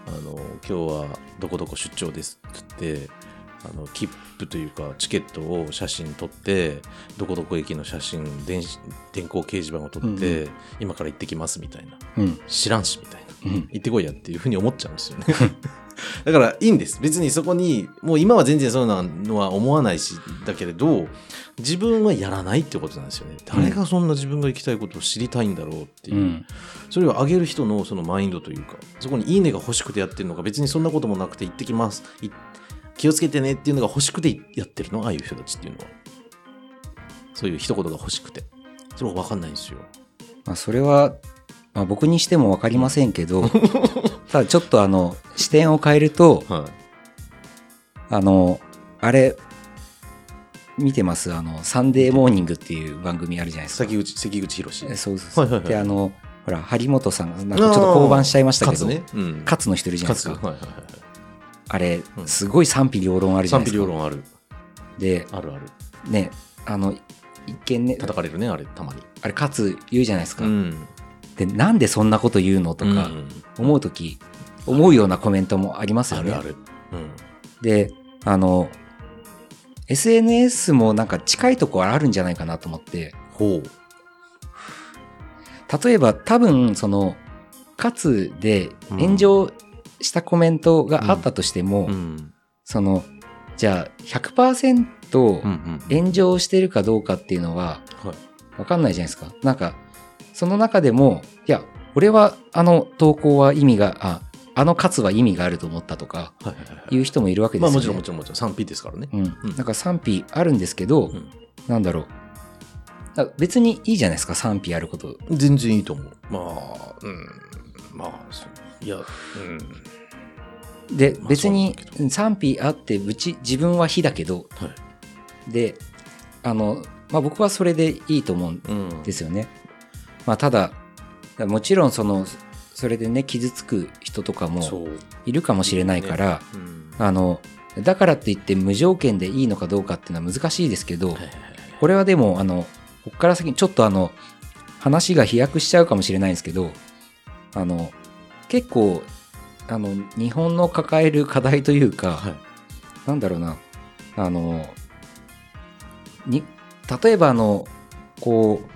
Speaker 1: あの今日はどこどこ出張ですってってあの切符というかチケットを写真撮ってどこどこ駅の写真電子電光掲示板を撮って、
Speaker 2: うん
Speaker 1: 今から行ってきますみたいな
Speaker 2: うん
Speaker 1: 知らんしみたいな
Speaker 2: うん
Speaker 1: 行ってこいやっていうふうに思っちゃうんですよね だからいいんです別にそこにもう今は全然そうなのは思わないしだけれど自分はやらないってことなんですよね誰がそんな自分が行きたいことを知りたいんだろうっていうう、
Speaker 2: ん
Speaker 1: それを上げる人のそのマインドというかそこに「いいね」が欲しくてやってるのか別にそんなこともなくて「行ってきます」い気をつけてね」っていうのが欲しくてやってるのああいう人たちっていうのはそういう一言が欲しくてそれも分かんないんですよ
Speaker 2: まあ、それは、まあ、僕にしても分かりませんけ どただちょっとあの視点を変えると
Speaker 1: は
Speaker 2: あのあれ見てますあの「サンデーモーニング」っていう番組あるじゃないですか。
Speaker 1: 関口関口宏
Speaker 2: えそうそう
Speaker 1: は
Speaker 2: そう
Speaker 1: いはいはい
Speaker 2: であのほら張本さんがなんかちょっと降板しちゃいました
Speaker 1: 勝
Speaker 2: け
Speaker 1: つ
Speaker 2: ど
Speaker 1: ね、うん、
Speaker 2: 勝の人いるじゃないです
Speaker 1: 勝
Speaker 2: か
Speaker 1: つはいはいはいはい
Speaker 2: あれ
Speaker 1: うん
Speaker 2: すごい賛否両論あるじゃな
Speaker 1: 賛
Speaker 2: い
Speaker 1: 否
Speaker 2: です
Speaker 1: 両
Speaker 2: か
Speaker 1: 論ある
Speaker 2: で
Speaker 1: あるある
Speaker 2: ねあの一見ね
Speaker 1: 叩かれるねあれたまに
Speaker 2: あれ勝言うじゃないですか、
Speaker 1: ん
Speaker 2: でなんでそんなこと言うのと
Speaker 1: うん
Speaker 2: か思う時、思うようなコメントもあります
Speaker 1: あ
Speaker 2: よね
Speaker 1: るあるうん
Speaker 2: であの SNS もなんか近いところあるんじゃないかなと思って
Speaker 1: ほう
Speaker 2: 例えば多分その勝で炎上したコメントがあったとしても、
Speaker 1: うん
Speaker 2: そのじゃあ100%、
Speaker 1: うんうん
Speaker 2: 炎上してるかどうかっていうのは
Speaker 1: はい
Speaker 2: 分かんないじゃないですか。なんか、その中でも、いや、俺はあの投稿は意味が、あ、あの喝は意味があると思ったとか、
Speaker 1: はいはいはい
Speaker 2: いう人もいるわけです
Speaker 1: まあ
Speaker 2: よね。
Speaker 1: もちろんもちろんもちろん賛否ですからね
Speaker 2: うん。
Speaker 1: うん
Speaker 2: なんか賛否あるんですけど、
Speaker 1: うん
Speaker 2: なんだろう。あ別にいいじゃないですか、賛否あること。
Speaker 1: 全然いいと思うまあうんまあそういやうん
Speaker 2: で、
Speaker 1: まあ
Speaker 2: 別に
Speaker 1: そうだけ
Speaker 2: うん賛否あって、ぶち、自分は非だけど、
Speaker 1: はい
Speaker 2: で、あの、まあ僕はそれでいいと思うん
Speaker 1: うん
Speaker 2: ですよね。まあ、ただもちろんそのそれでね傷つく人とか
Speaker 1: そ
Speaker 2: も
Speaker 1: う
Speaker 2: いるかもしれないから、
Speaker 1: うん
Speaker 2: あのだからといって無条件でいいのかどうかっていうのは難しいですけど、
Speaker 1: はいはいはい
Speaker 2: これはでもあのこっから先ちょっとあの話が飛躍しちゃうかもしれないんですけどあの結構あの日本の抱える課題というか、
Speaker 1: はい
Speaker 2: なんだろうな、あの、に、例えばあの、こう、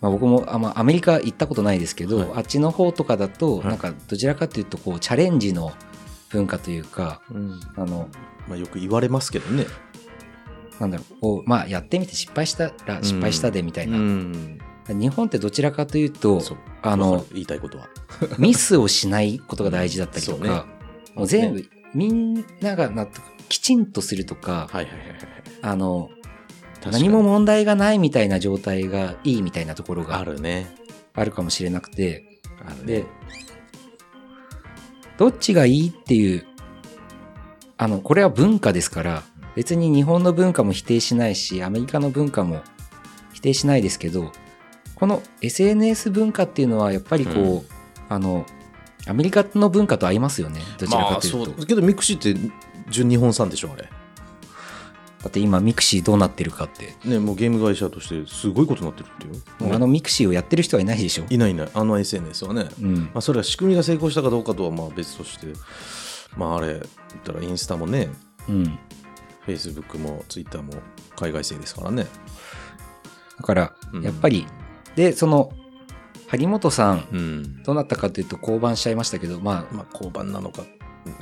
Speaker 2: まあ、僕もあ、まあアメリカ行ったことないですけど、
Speaker 1: はい
Speaker 2: あっちの方とかだと、
Speaker 1: はい
Speaker 2: なんかどちらかというとこうチャレンジの文化というか、
Speaker 1: うん
Speaker 2: あの、
Speaker 1: まあよく言われますけどね
Speaker 2: なんだろう、こうまあ、やってみて失敗したら失敗したでみたいな、
Speaker 1: ん
Speaker 2: 日本ってどちらかというと、
Speaker 1: そう
Speaker 2: あ
Speaker 1: わ
Speaker 2: の
Speaker 1: かる言いたいことは
Speaker 2: ミスをしないことが大事だったりと
Speaker 1: そうね
Speaker 2: か、もう全部、みんなが納得きちんとするとか、
Speaker 1: はいはいはいはい
Speaker 2: あの
Speaker 1: 確かに
Speaker 2: 何も問題がないみたいな状態がいいみたいなところ
Speaker 1: あ
Speaker 2: が
Speaker 1: るね
Speaker 2: あるかもしれなくて
Speaker 1: ある
Speaker 2: で
Speaker 1: ね
Speaker 2: どっちがいいっていうあのこれは文化ですから別に日本の文化も否定しないしアメリカの文化も否定しないですけどこの SNS 文化っていうのはやっぱりこう、
Speaker 1: う
Speaker 2: あのアメリカの文化と合いますよねどちらかというと、
Speaker 1: まあそうけどミクシーって純日本産でしょあれ
Speaker 2: だって今ミクシーどうなってるかって、
Speaker 1: ねもうゲーム会社としてすごいことになってるって
Speaker 2: もう
Speaker 1: よ
Speaker 2: あのミクシーをやってる人はいないでしょ、
Speaker 1: いないいないあの SNS はね、
Speaker 2: うん
Speaker 1: まあ、それは仕組みが成功したかどうかとはまあ別としてまああれ言ったらインスタもね
Speaker 2: うん、
Speaker 1: Facebook も Twitter も海外製ですからね
Speaker 2: だから
Speaker 1: うん
Speaker 2: やっぱり、でその萩本さん
Speaker 1: うん
Speaker 2: どうなったかというと降板しちゃいましたけど、まあ
Speaker 1: まあ交番なのか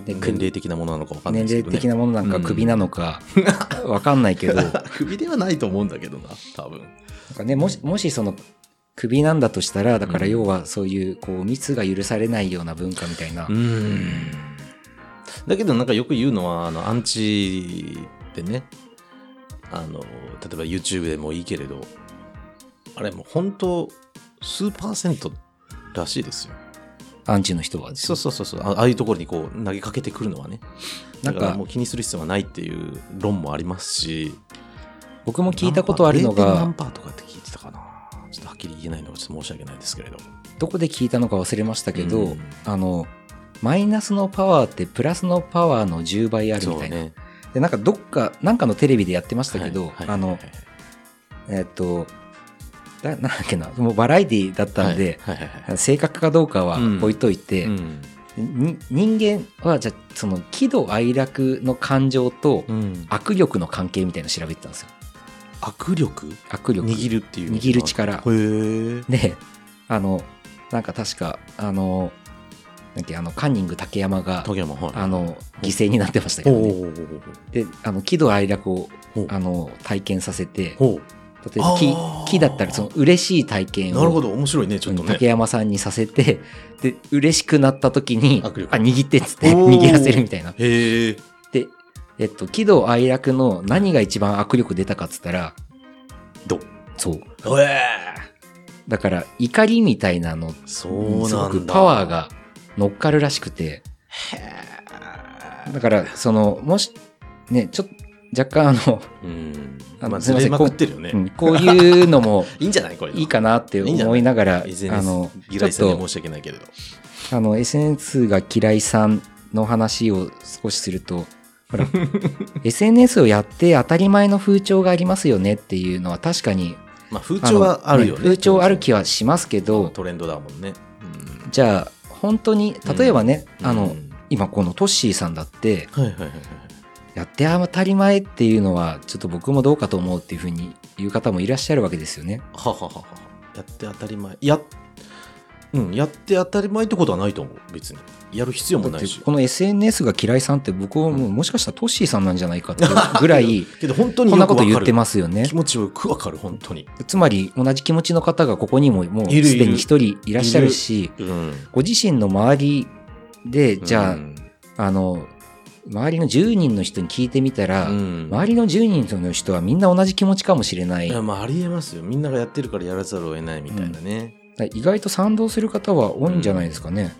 Speaker 2: で
Speaker 1: 年齢的なものなのか分かんない
Speaker 2: 年
Speaker 1: ですけど、
Speaker 2: 齢
Speaker 1: ね、
Speaker 2: 的なものなんか
Speaker 1: うん
Speaker 2: クビなのかわかんな いけど、なん
Speaker 1: 首ではないと思うんだけどな多分
Speaker 2: かね、もしもしそのクビなんだとしたらだから
Speaker 1: うん
Speaker 2: 要はそういうこう密が許されないような文化みたいな、
Speaker 1: うんだけどなんかよく言うのはあのアンチってねあの例えば YouTube でもいいけれどあれもう本当数パーセントらしいですよ
Speaker 2: アンチの人はです
Speaker 1: そう
Speaker 2: ね
Speaker 1: そうそうそうあああいうところにこう投げかけてくるのはねだ
Speaker 2: なんか
Speaker 1: からもう気にする必要はないっていう論もありますし
Speaker 2: 僕も聞いたことあるの
Speaker 1: 何
Speaker 2: が
Speaker 1: パー何パーとかって聞いてたかなちょっとはっきり言えないのはちょっと申し訳ないですけれど
Speaker 2: どこで聞いたのか忘れましたけど、
Speaker 1: うん
Speaker 2: あのマイナスのパワーってプラスのパワーの10倍あるみたいな、
Speaker 1: ね
Speaker 2: でなんかどっかなんかのテレビでやってましたけ
Speaker 1: は
Speaker 2: ど、
Speaker 1: いはい
Speaker 2: あ
Speaker 1: は
Speaker 2: の
Speaker 1: い
Speaker 2: えっとだなんだっけなもうバラエティだったんで、
Speaker 1: はいはいはいはい
Speaker 2: 正確かどうかは
Speaker 1: うん
Speaker 2: 置いといて、
Speaker 1: うん
Speaker 2: に人間はじゃあその喜怒哀楽の感情と
Speaker 1: うん
Speaker 2: 握力の関係みたいなの調べてたんですよ
Speaker 1: 握力
Speaker 2: 握力
Speaker 1: 握るっていう
Speaker 2: 握る力
Speaker 1: へえ
Speaker 2: であのなんか確かあのなんだっけあのカンニング竹山が
Speaker 1: 竹山はい
Speaker 2: あの犠牲になってましたけ
Speaker 1: ほう
Speaker 2: どね
Speaker 1: ほう
Speaker 2: であの喜怒哀楽を
Speaker 1: ほう
Speaker 2: あの体験させて
Speaker 1: ほうほ
Speaker 2: 例えば喜
Speaker 1: あー
Speaker 2: 喜だったらその嬉しい
Speaker 1: う
Speaker 2: 体験
Speaker 1: なるほ
Speaker 2: を
Speaker 1: ど面白いねちょっと
Speaker 2: 竹
Speaker 1: ね
Speaker 2: 山さんにさせてで嬉しくなった時にあ
Speaker 1: 握力
Speaker 2: 握ってっつって
Speaker 1: おー
Speaker 2: 握らせるみたいな
Speaker 1: へえ
Speaker 2: で、えっと、喜怒哀楽の何が一番握力出たかっつったら、
Speaker 1: ど
Speaker 2: そう。
Speaker 1: うえ
Speaker 2: だから、怒りみたいなの、
Speaker 1: そうなん
Speaker 2: すご
Speaker 1: だ
Speaker 2: くパワーが乗っかるらしくて、
Speaker 1: へ
Speaker 2: だから、その、もし、ね、ちょっと、若干あの、
Speaker 1: えうん
Speaker 2: あの
Speaker 1: まあ
Speaker 2: すい
Speaker 1: ず
Speaker 2: ませ
Speaker 1: れ
Speaker 2: ん
Speaker 1: まくってるよね
Speaker 2: うんこういう のも
Speaker 1: いいんじゃないこれ
Speaker 2: いいかなって思いながら、
Speaker 1: いずれ
Speaker 2: あ
Speaker 1: に
Speaker 2: の、
Speaker 1: ギ
Speaker 2: ちょ
Speaker 1: ライ
Speaker 2: っ
Speaker 1: さんには
Speaker 2: と、
Speaker 1: 申し訳ないけれど
Speaker 2: あの、SNS が嫌いさんの話を少しすると、ほ ら、SNS をやって当たり前の風潮がありますよねっていうのは確かに
Speaker 1: まあ風潮はあるよね
Speaker 2: の風潮ある気はしますけど、
Speaker 1: トレンドだもんね
Speaker 2: じゃあ、本当に、例えばね、
Speaker 1: うん
Speaker 2: あの、
Speaker 1: うん
Speaker 2: 今このトッシーさんだって、
Speaker 1: はいはいはいはい
Speaker 2: やって当たり前っていうのは、ちょっと僕もどうかと思うっていうふうに言う方もいらっしゃるわけですよね。
Speaker 1: ははははやって当たり前やうんやって当たり前ってことはないと思う別にやる必要も
Speaker 2: だ
Speaker 1: な
Speaker 2: っ
Speaker 1: い
Speaker 2: て
Speaker 1: し
Speaker 2: この SNS が嫌いさんって僕ももしかしたらトッシーさんなんじゃないかっていう ぐらい
Speaker 1: けど本当に
Speaker 2: こんなこと
Speaker 1: よく
Speaker 2: 言
Speaker 1: わかる
Speaker 2: ってますよね
Speaker 1: 気。持ちよくわかる本当に
Speaker 2: つまり同じ気持ちの方がここにもも
Speaker 1: い
Speaker 2: う
Speaker 1: るいる
Speaker 2: すでに一人いらっしゃるし、
Speaker 1: うん
Speaker 2: ご自身の周りで、じゃあ、
Speaker 1: うん
Speaker 2: あの、周りの10人の人に聞いてみたら、
Speaker 1: うん
Speaker 2: 周りの10人の人はみんな同じ気持ちかもしれない
Speaker 1: いやまあありえますよみんながやってるからやらざるを得ないみたいなね、
Speaker 2: 意外と賛同する方は多いんじゃないですかね、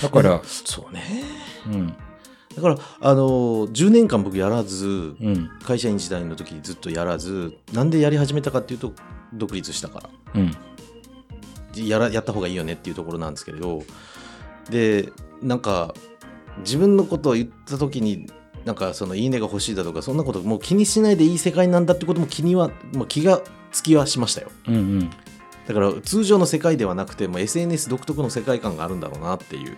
Speaker 2: だから
Speaker 1: そうね
Speaker 2: うん
Speaker 1: だからあの10年間僕やらず
Speaker 2: うん
Speaker 1: 会社員時代の時ずっとやらずなんでやり始めたかっていうと独立したから
Speaker 2: うん
Speaker 1: やらやった方がいいよねっていうところなんですけれどでなんか自分のことを言った時になんかその「いいね」が欲しいだとかそんなこともう気にしないでいい世界なんだってことも気には、まあ、気がつきはしましたよ
Speaker 2: うんうん
Speaker 1: だから通常の世界ではなくてもう SNS 独特の世界観があるんだろうなっていう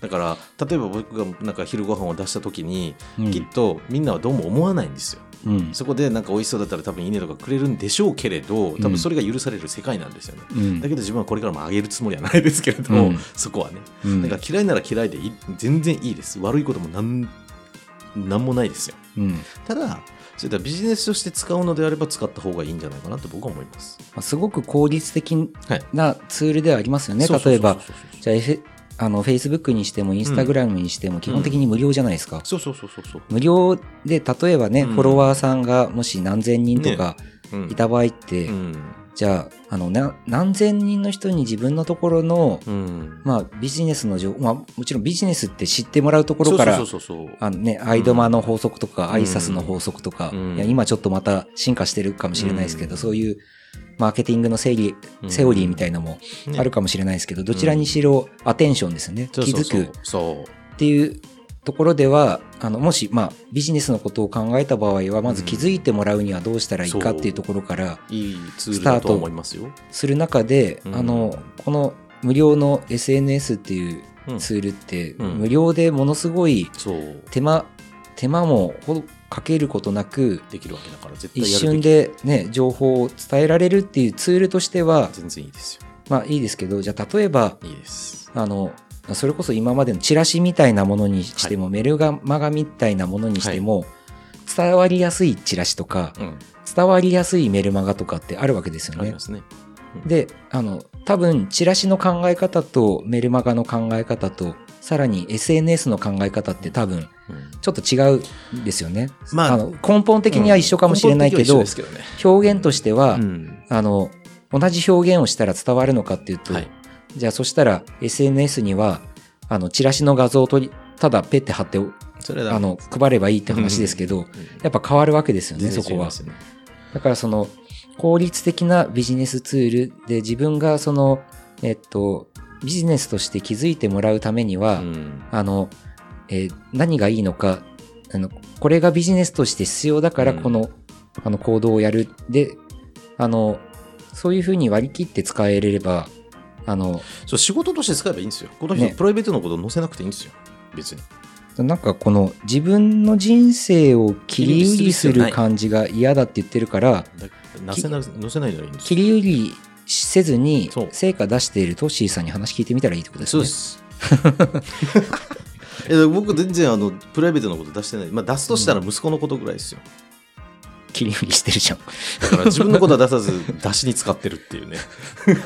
Speaker 1: だから例えば僕がなんか昼ご飯を出した時に、
Speaker 2: うん
Speaker 1: きっとみんなはどうも思わないんですよ
Speaker 2: うん
Speaker 1: そこでなんか美味しそうだったら多分「いいね」とかくれるんでしょうけれど多分それが許される世界なんですよね、
Speaker 2: うん
Speaker 1: だけど自分はこれからも上げるつもりはないですけれども、
Speaker 2: うん
Speaker 1: そこはね。
Speaker 2: うん
Speaker 1: だから嫌いなら嫌いでいい全然いいです。悪いこともなんなんもないですよ。
Speaker 2: うんま
Speaker 1: ただ、そういったビジネスとして使うのであれば使った方がいいんじゃないかなと僕は思います。
Speaker 2: あすごく効率的
Speaker 1: はい。
Speaker 2: なツールではありますよね
Speaker 1: そうそう
Speaker 2: 例
Speaker 1: そ
Speaker 2: え
Speaker 1: うそう
Speaker 2: ばじゃあ、F、あの Facebook にしても Instagram にしても基本的に無料じゃないですか、
Speaker 1: そうそうそうそうそう。
Speaker 2: 無料で例えばね、
Speaker 1: うん
Speaker 2: フォロワーさんがもし何千人とか
Speaker 1: うん
Speaker 2: いた場合って、
Speaker 1: うん。
Speaker 2: じゃああのな何千人の人に自分のところの
Speaker 1: うん。
Speaker 2: まあ、ビジネスの情報、まあ、もちろんビジネスって知ってもらうところから
Speaker 1: そう、そうそうそう。
Speaker 2: あのね、アイドマの法則とか、
Speaker 1: うん
Speaker 2: アイサスの法則とか、
Speaker 1: うん
Speaker 2: いや今ちょっとまた進化してるかもしれないですけど、
Speaker 1: うん
Speaker 2: そういうマーケティングのセリ
Speaker 1: うん
Speaker 2: セオリーみたいなのも
Speaker 1: ね
Speaker 2: あるかもしれないですけど、どちらにしろアテンションですよね、
Speaker 1: そう
Speaker 2: 気
Speaker 1: そう
Speaker 2: づ
Speaker 1: そう
Speaker 2: く
Speaker 1: そう
Speaker 2: っていうところではあのもし、まあ、ビジネスのことを考えた場合はまず気づいてもらうにはどうしたらいいかっていうところから
Speaker 1: いいツールだと思いますよ。
Speaker 2: する中で、
Speaker 1: うん
Speaker 2: あのこの無料の SNS っていう
Speaker 1: うん
Speaker 2: ツールって、
Speaker 1: うん
Speaker 2: 無料でものすごい
Speaker 1: そう
Speaker 2: 手間手間もほどかけることなく
Speaker 1: できるわけだから絶対
Speaker 2: 一
Speaker 1: やるべき
Speaker 2: 瞬で、ね、情報を伝えられるっていうツールとしては、
Speaker 1: 全然いいですよ。
Speaker 2: まあ、いいですけどじゃあ例えば
Speaker 1: いいです。
Speaker 2: あのそれこそ今までのチラシみたいなものにしても、メルガマガみたいなものにしても、伝わりやすいチラシとか
Speaker 1: うん、
Speaker 2: 伝わりやすいメルマガとかってあるわけですよ
Speaker 1: あり
Speaker 2: ね
Speaker 1: ま。すね。
Speaker 2: であの多分チラシの考え方とメルマガの考え方とさらに SNS の考え方って多分
Speaker 1: うん
Speaker 2: ちょっと違うんですよね。
Speaker 1: ま
Speaker 2: あの根本的には一緒かもしれないけど、
Speaker 1: うん根本的には一緒ですけ
Speaker 2: 表現としては、
Speaker 1: どねうん
Speaker 2: あの同じ表現をしたら伝わるのかっていうと、
Speaker 1: はい
Speaker 2: じゃあそしたら SNS にはあのチラシの画像を取りただペッて貼って
Speaker 1: それだ
Speaker 2: あの配ればいいって話ですけどやっぱ変わるわけですよねそこは。だからその効率的なビジネスツールで自分がそのえっとビジネスとして気づいてもらうためには、あの、えー何がいいのかあの、これがビジネスとして必要だから、
Speaker 1: うん
Speaker 2: この、あの行動をやる。で、あの、そういうふうに割り切って使えれば、あの、
Speaker 1: そう仕事として使えばいいんですよ。この人、
Speaker 2: ね
Speaker 1: プライベートのこと載せなくていいんですよ。別に。
Speaker 2: なんかこの自分の人生を切り売りする感じが嫌だって言ってるから、
Speaker 1: だ載せな載せないならいいんです
Speaker 2: 切り売りせずに
Speaker 1: そう
Speaker 2: 成果出しているトッシーさんに話聞いてみたらいいってことです
Speaker 1: そう
Speaker 2: ね。
Speaker 1: です。 いや僕、全然あのプライベートのこと出してない。まあ、出すとしたら息子のことぐらいですよ。
Speaker 2: 切り売りしてるじゃん。
Speaker 1: だから自分のことは出さず、出しに使ってるっていうね。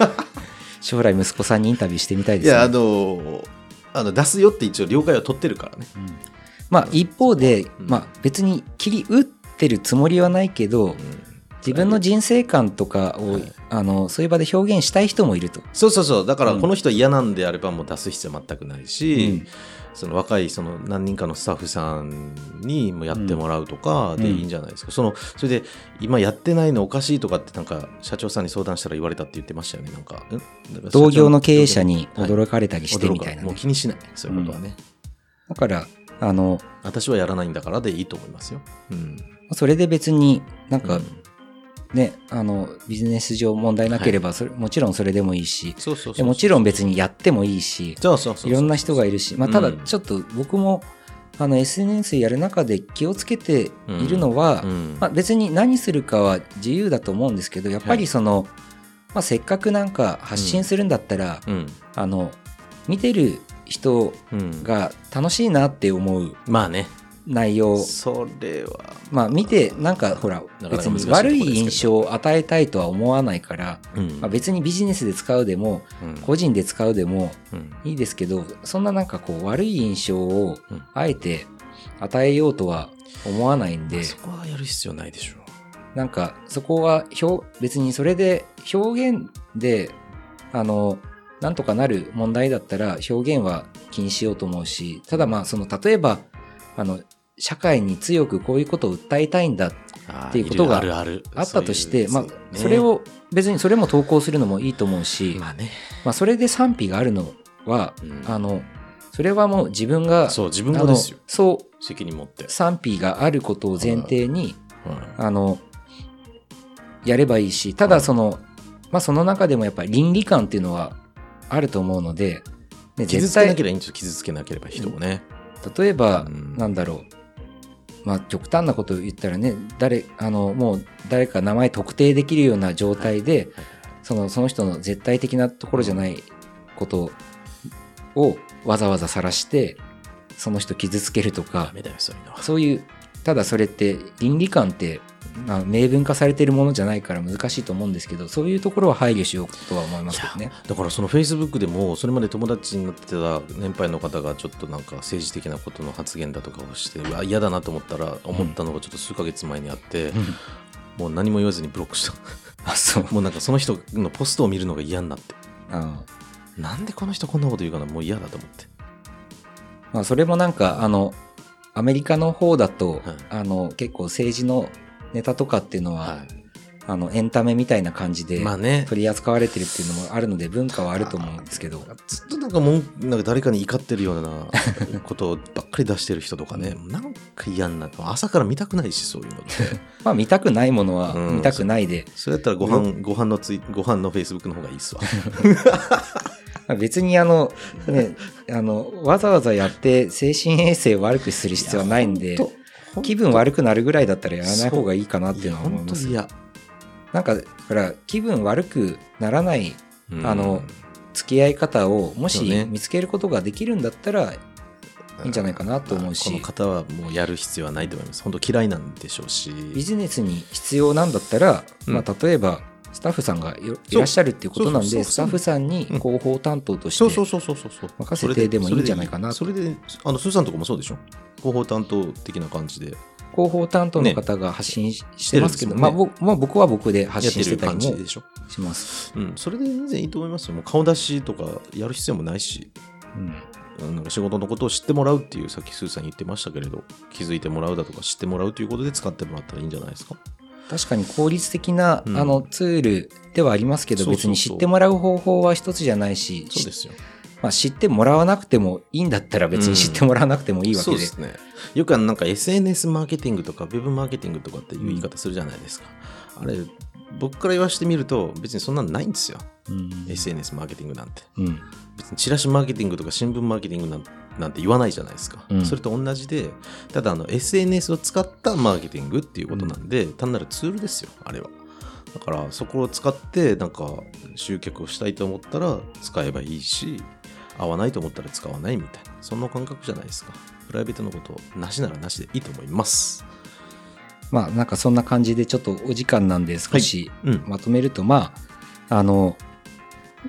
Speaker 2: 将来息子さんにインタビューしてみたいで
Speaker 1: い
Speaker 2: すね。
Speaker 1: や、あの、あの出すよって一応了解を取ってるからね。
Speaker 2: まあ一方で、
Speaker 1: うん
Speaker 2: まあ別に切り打ってるつもりはないけど、自分の人生観とかを、
Speaker 1: はい
Speaker 2: あのそういう場で表現したい人もいると。
Speaker 1: そうそうそうだから
Speaker 2: うん
Speaker 1: この人嫌なんであればもう出す必要は全くないし、
Speaker 2: うん
Speaker 1: その若いその何人かのスタッフさんにもやってもらうとかでいいんじゃないですか、そのそれで今やってないのおかしいとかってなんか社長さんに相談したら言われたって言ってましたよねなんかんなんか社長
Speaker 2: 同業の経営者に
Speaker 1: 同業の
Speaker 2: 驚かれたりして
Speaker 1: はい
Speaker 2: みたいな
Speaker 1: 驚かも
Speaker 2: ね、
Speaker 1: う気にしないそういうことはね、
Speaker 2: だからあの
Speaker 1: 私はやらないんだからでいいと思いますよ、うん、
Speaker 2: それで別になんか
Speaker 1: うん
Speaker 2: ね、あのビジネス上問題なければそれ、もちろんそれでもいいし
Speaker 1: そうそう
Speaker 2: で
Speaker 1: そう
Speaker 2: もちろん別にやってもいいし
Speaker 1: そうそうそうそう
Speaker 2: いろんな人がいるし、まあ、
Speaker 1: うん
Speaker 2: ただちょっと僕も、あの SNS やる中で気をつけているのは、
Speaker 1: うん
Speaker 2: まあ、別に何するかは自由だと思うんですけどやっぱりその、まあ、せっかくなんか発信するんだったら、
Speaker 1: うん
Speaker 2: あの見てる人
Speaker 1: うん、
Speaker 2: が楽しいなって思う
Speaker 1: まあね
Speaker 2: 内容
Speaker 1: それは
Speaker 2: まあ見てなんかほら
Speaker 1: なかなか
Speaker 2: 別
Speaker 1: 難しい
Speaker 2: に
Speaker 1: ところ
Speaker 2: 悪
Speaker 1: ですけ
Speaker 2: い
Speaker 1: ど
Speaker 2: 印象を与えたいとは思わないから、
Speaker 1: うん
Speaker 2: まあ、別にビジネスで使うでも
Speaker 1: うん
Speaker 2: 個人で使うでも
Speaker 1: うん
Speaker 2: いいですけどそんななんかこう悪い印象を
Speaker 1: うん
Speaker 2: あえて与えようとは思わないんで、
Speaker 1: まあそこはやる必要ないでしょ
Speaker 2: なんかそこは表別にそれで表現であのなんとかなる問題だったら表現は気にしようと思うしただまあその例えばあの社会に強くこういうことを訴えたいんだ
Speaker 1: っ
Speaker 2: っていうことが
Speaker 1: あるある
Speaker 2: あったとして
Speaker 1: そう
Speaker 2: ま
Speaker 1: い
Speaker 2: あ
Speaker 1: う
Speaker 2: それを別にそれも投稿するのもいいと思う
Speaker 1: そうね
Speaker 2: し
Speaker 1: まあね、
Speaker 2: まあそれで賛否があるのは
Speaker 1: うん
Speaker 2: あのそれはもう自分が
Speaker 1: そう自
Speaker 2: あ
Speaker 1: 分がで
Speaker 2: の
Speaker 1: すよ
Speaker 2: そう
Speaker 1: 責任持って、
Speaker 2: 賛否があることを前提に
Speaker 1: うん
Speaker 2: あの、やればいいし、ただその、まあその中でもやっぱり倫理観っていうのはあると思うので、ね、
Speaker 1: 傷
Speaker 2: 絶
Speaker 1: つけな
Speaker 2: 対、
Speaker 1: ければいいんですよ傷つけなければ人をね、
Speaker 2: 例えば、
Speaker 1: うん
Speaker 2: なんだろう、まあ極端なことを言ったらね、誰、あの、もう誰か名前特定できるような状態で、その、その人の絶対的なところじゃないことをわざわざ晒して、その人傷つけると
Speaker 1: ダ
Speaker 2: か、
Speaker 1: メだよそういうのは
Speaker 2: そういう、ただそれって倫理観って、まあ、明文化されているものじゃないから難しいと思うんですけど、そういうところは配慮しようとは思いますけど
Speaker 1: いや
Speaker 2: ね。
Speaker 1: だからそのフェイスブックでもそれまで友達になってた年配の方がちょっとなんか政治的なことの発言だとかをしてうわ嫌だなと思ったら思ったのがちょっと数ヶ月前にあって、
Speaker 2: うん
Speaker 1: もう何も言わずにブロックした
Speaker 2: あ、そう。
Speaker 1: もうなんかその人のポストを見るのが嫌になって
Speaker 2: あ
Speaker 1: なんでこの人こんなこと言うかなもう嫌だと思って
Speaker 2: まあ、それもなんか、あの、アメリカの方だと、
Speaker 1: はい
Speaker 2: あの、結構政治のネタとかっていうのは、
Speaker 1: はい
Speaker 2: あのエンタメみたいな感じで
Speaker 1: まあね
Speaker 2: 取り扱われてるっていうのもあるので文化はあると思うんで すけど、
Speaker 1: ずっとなんかもうなんか誰かに怒ってるようなことばっかり出してる人とかねなんか嫌になって朝から見たくないしそういうのって
Speaker 2: まあ見たくないものは
Speaker 1: うん
Speaker 2: 見たくないで、
Speaker 1: それやったらご飯ご飯のツイご飯のフェイスブックの方がいいっすわ
Speaker 2: まあ別にあの、ね、あのわざわざやって精神衛生を悪くする必要はないんで
Speaker 1: ほんとほんと
Speaker 2: 気分悪くなるぐらいだったらやらない方がいいかなっていうのは思い
Speaker 1: 本
Speaker 2: ま
Speaker 1: 当
Speaker 2: す
Speaker 1: に嫌
Speaker 2: なんかだから気分悪くならない
Speaker 1: うん
Speaker 2: あの付き合い方をも
Speaker 1: そう
Speaker 2: し
Speaker 1: ね
Speaker 2: 見つけることができるんだったらいいんじゃないかなと思う
Speaker 1: この
Speaker 2: し
Speaker 1: 方はもうやる必要はないと思います本当嫌いなんでしょうし
Speaker 2: ビジネスに必要なんだったら、
Speaker 1: うん
Speaker 2: まあ、例えばスタッフさんがよい
Speaker 1: そう
Speaker 2: らっしゃるっていうことなん
Speaker 1: そうそう
Speaker 2: で
Speaker 1: そう
Speaker 2: スタッフさんに
Speaker 1: うん
Speaker 2: 広報担当とし
Speaker 1: そうそう
Speaker 2: て
Speaker 1: そうそうそうそう
Speaker 2: 任せてでもいいんじゃないかなと
Speaker 1: それでそれであのスーさんとかもそうでしょ広報担当的な感じで
Speaker 2: 広報担当の方が発信し
Speaker 1: し
Speaker 2: してて
Speaker 1: るん
Speaker 2: ま
Speaker 1: ですす
Speaker 2: け
Speaker 1: よね
Speaker 2: ど、まあ、僕まあ僕は僕で
Speaker 1: や
Speaker 2: 発
Speaker 1: って
Speaker 2: 信して
Speaker 1: る
Speaker 2: たり
Speaker 1: 感
Speaker 2: も
Speaker 1: じでしょ、
Speaker 2: します。
Speaker 1: うん、それで全然いいと思いますよもう顔出しとかやる必要もないし
Speaker 2: うん
Speaker 1: うんなんか仕事のことを知ってもらうっていうさっきスーさん言ってましたけれど気づいてもらうだとか知ってもらうということで使ってもらったらいいんじゃないですか
Speaker 2: 確かに効率的な、
Speaker 1: うん
Speaker 2: あのツールではありますけど
Speaker 1: そうそう
Speaker 2: 別
Speaker 1: そう
Speaker 2: に知ってもらう方法は一つじゃないし
Speaker 1: そうですよ
Speaker 2: まあ、知ってもらわなくてもいいんだったら別に知ってもらわなくてもいいわけ
Speaker 1: そう
Speaker 2: で,、
Speaker 1: ですねよくあのなんか SNS マーケティングとかウェブマーケティングとかっていう言い方するじゃないですか、あれ僕から言わしてみると別にそんなのないんですよ
Speaker 2: うん
Speaker 1: SNS マーケティングなんて
Speaker 2: うん
Speaker 1: 別にチラシマーケティングとか新聞マーケティングなんなんて言わないじゃないですか、
Speaker 2: うん
Speaker 1: それと同じでただあの SNS を使ったマーケティングっていうことなんで、単なるツールですよあれはだからそこを使ってなんか集客をしたいと思ったら使えばいいし合わないと思ったら使わないみたいなそんな感覚じゃないですかプライベートのことなしならなしでいいと思います
Speaker 2: まあなんかそんな感じでちょっとお時間なんで少し
Speaker 1: うん
Speaker 2: まとめると、まああの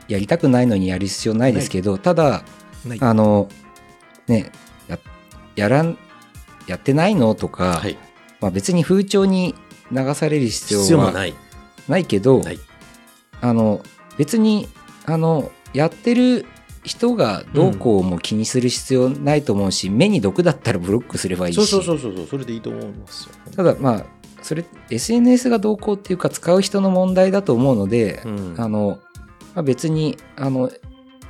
Speaker 2: やりたくないのにやる必要ないですけど、ただ
Speaker 1: ない
Speaker 2: あのねややらんやってないのとか、
Speaker 1: はい
Speaker 2: まあ、別に風潮に流される必
Speaker 1: 必要
Speaker 2: 要
Speaker 1: も
Speaker 2: は
Speaker 1: ない
Speaker 2: ないけど
Speaker 1: ない
Speaker 2: あの別にあのやってる人がどうこうも気にする必要ないと思うし、目に毒だったらブロックすればいいし
Speaker 1: そうそうそうそうそうそれでいいと思いますよ
Speaker 2: ただまあそれ SNS がどうこうっていうか使う人の問題だと思うので
Speaker 1: う、ん
Speaker 2: あのまあ、別にあの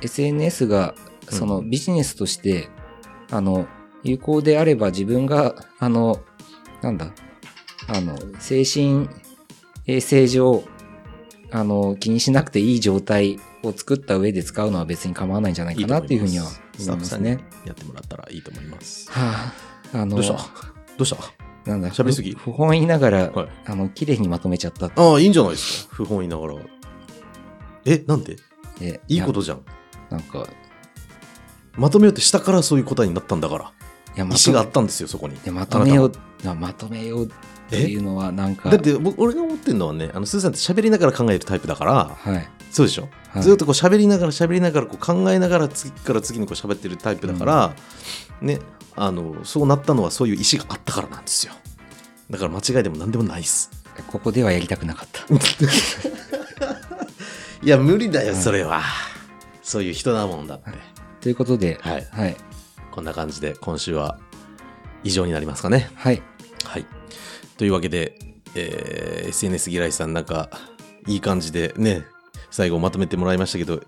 Speaker 2: SNS が
Speaker 1: うん
Speaker 2: そのビジネスとして、あの有効であれば自分があのなんだあの精神衛生上あの気にしなくていい状態を作った上で使うのは別に構わないんじゃないかなっていうふうには思いますね。
Speaker 1: やってもらったらいいと思います。
Speaker 2: はあ、あ
Speaker 1: ど
Speaker 2: の
Speaker 1: うしたどうした
Speaker 2: なんだ
Speaker 1: 喋りすぎ
Speaker 2: 不不本意ながら、
Speaker 1: はい
Speaker 2: あの綺麗にまとめちゃった
Speaker 1: ああ、いいんじゃないですか。不本意ながら。え、なんで
Speaker 2: で
Speaker 1: いいこ
Speaker 2: と
Speaker 1: とじゃん。
Speaker 2: なんか
Speaker 1: まとめようって下からそういう答えになったんだか
Speaker 2: いや
Speaker 1: ら。
Speaker 2: まと
Speaker 1: 石
Speaker 2: め
Speaker 1: があったんですよ、そこに。
Speaker 2: いやまとめよ
Speaker 1: あな
Speaker 2: うまあまとめようっていうのはなん
Speaker 1: た
Speaker 2: か
Speaker 1: は。だって僕、俺が思ってるのはね、あの、スーさんって喋りながら考えるタイプだから、
Speaker 2: はい
Speaker 1: そうでしょ、
Speaker 2: はい
Speaker 1: ずっとこう喋りながら喋りながらこう考えながら次から次にこう喋ってるタイプだから、ね、あの、そうなったのはそういう石があったからなんですよ。だから間違いでも何でもないっす。
Speaker 2: ここではやりたくなかった
Speaker 1: いや、無理だよ、
Speaker 2: はい
Speaker 1: それは。そういう人だもんだって。
Speaker 2: ということで
Speaker 1: はい。
Speaker 2: はい
Speaker 1: こんな感じで、今週は以上になりますかね。
Speaker 2: はい
Speaker 1: はい。というわけで、えー SNS 嫌いさん、なんか、いい感じでね、最後まとめてもらいましたけど、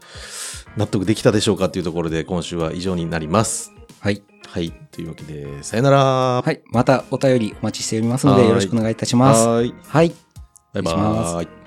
Speaker 1: 納得できたでしょうかというところで、今週は以上になります。
Speaker 2: はい、
Speaker 1: はい。というわけで、さよなら。は
Speaker 2: はい、またお便りお待ちしておりますので
Speaker 1: はい
Speaker 2: よろしくお願いいたします
Speaker 1: ーい。
Speaker 2: はい
Speaker 1: バイ
Speaker 2: お願いし
Speaker 1: バ
Speaker 2: ま
Speaker 1: ーイ。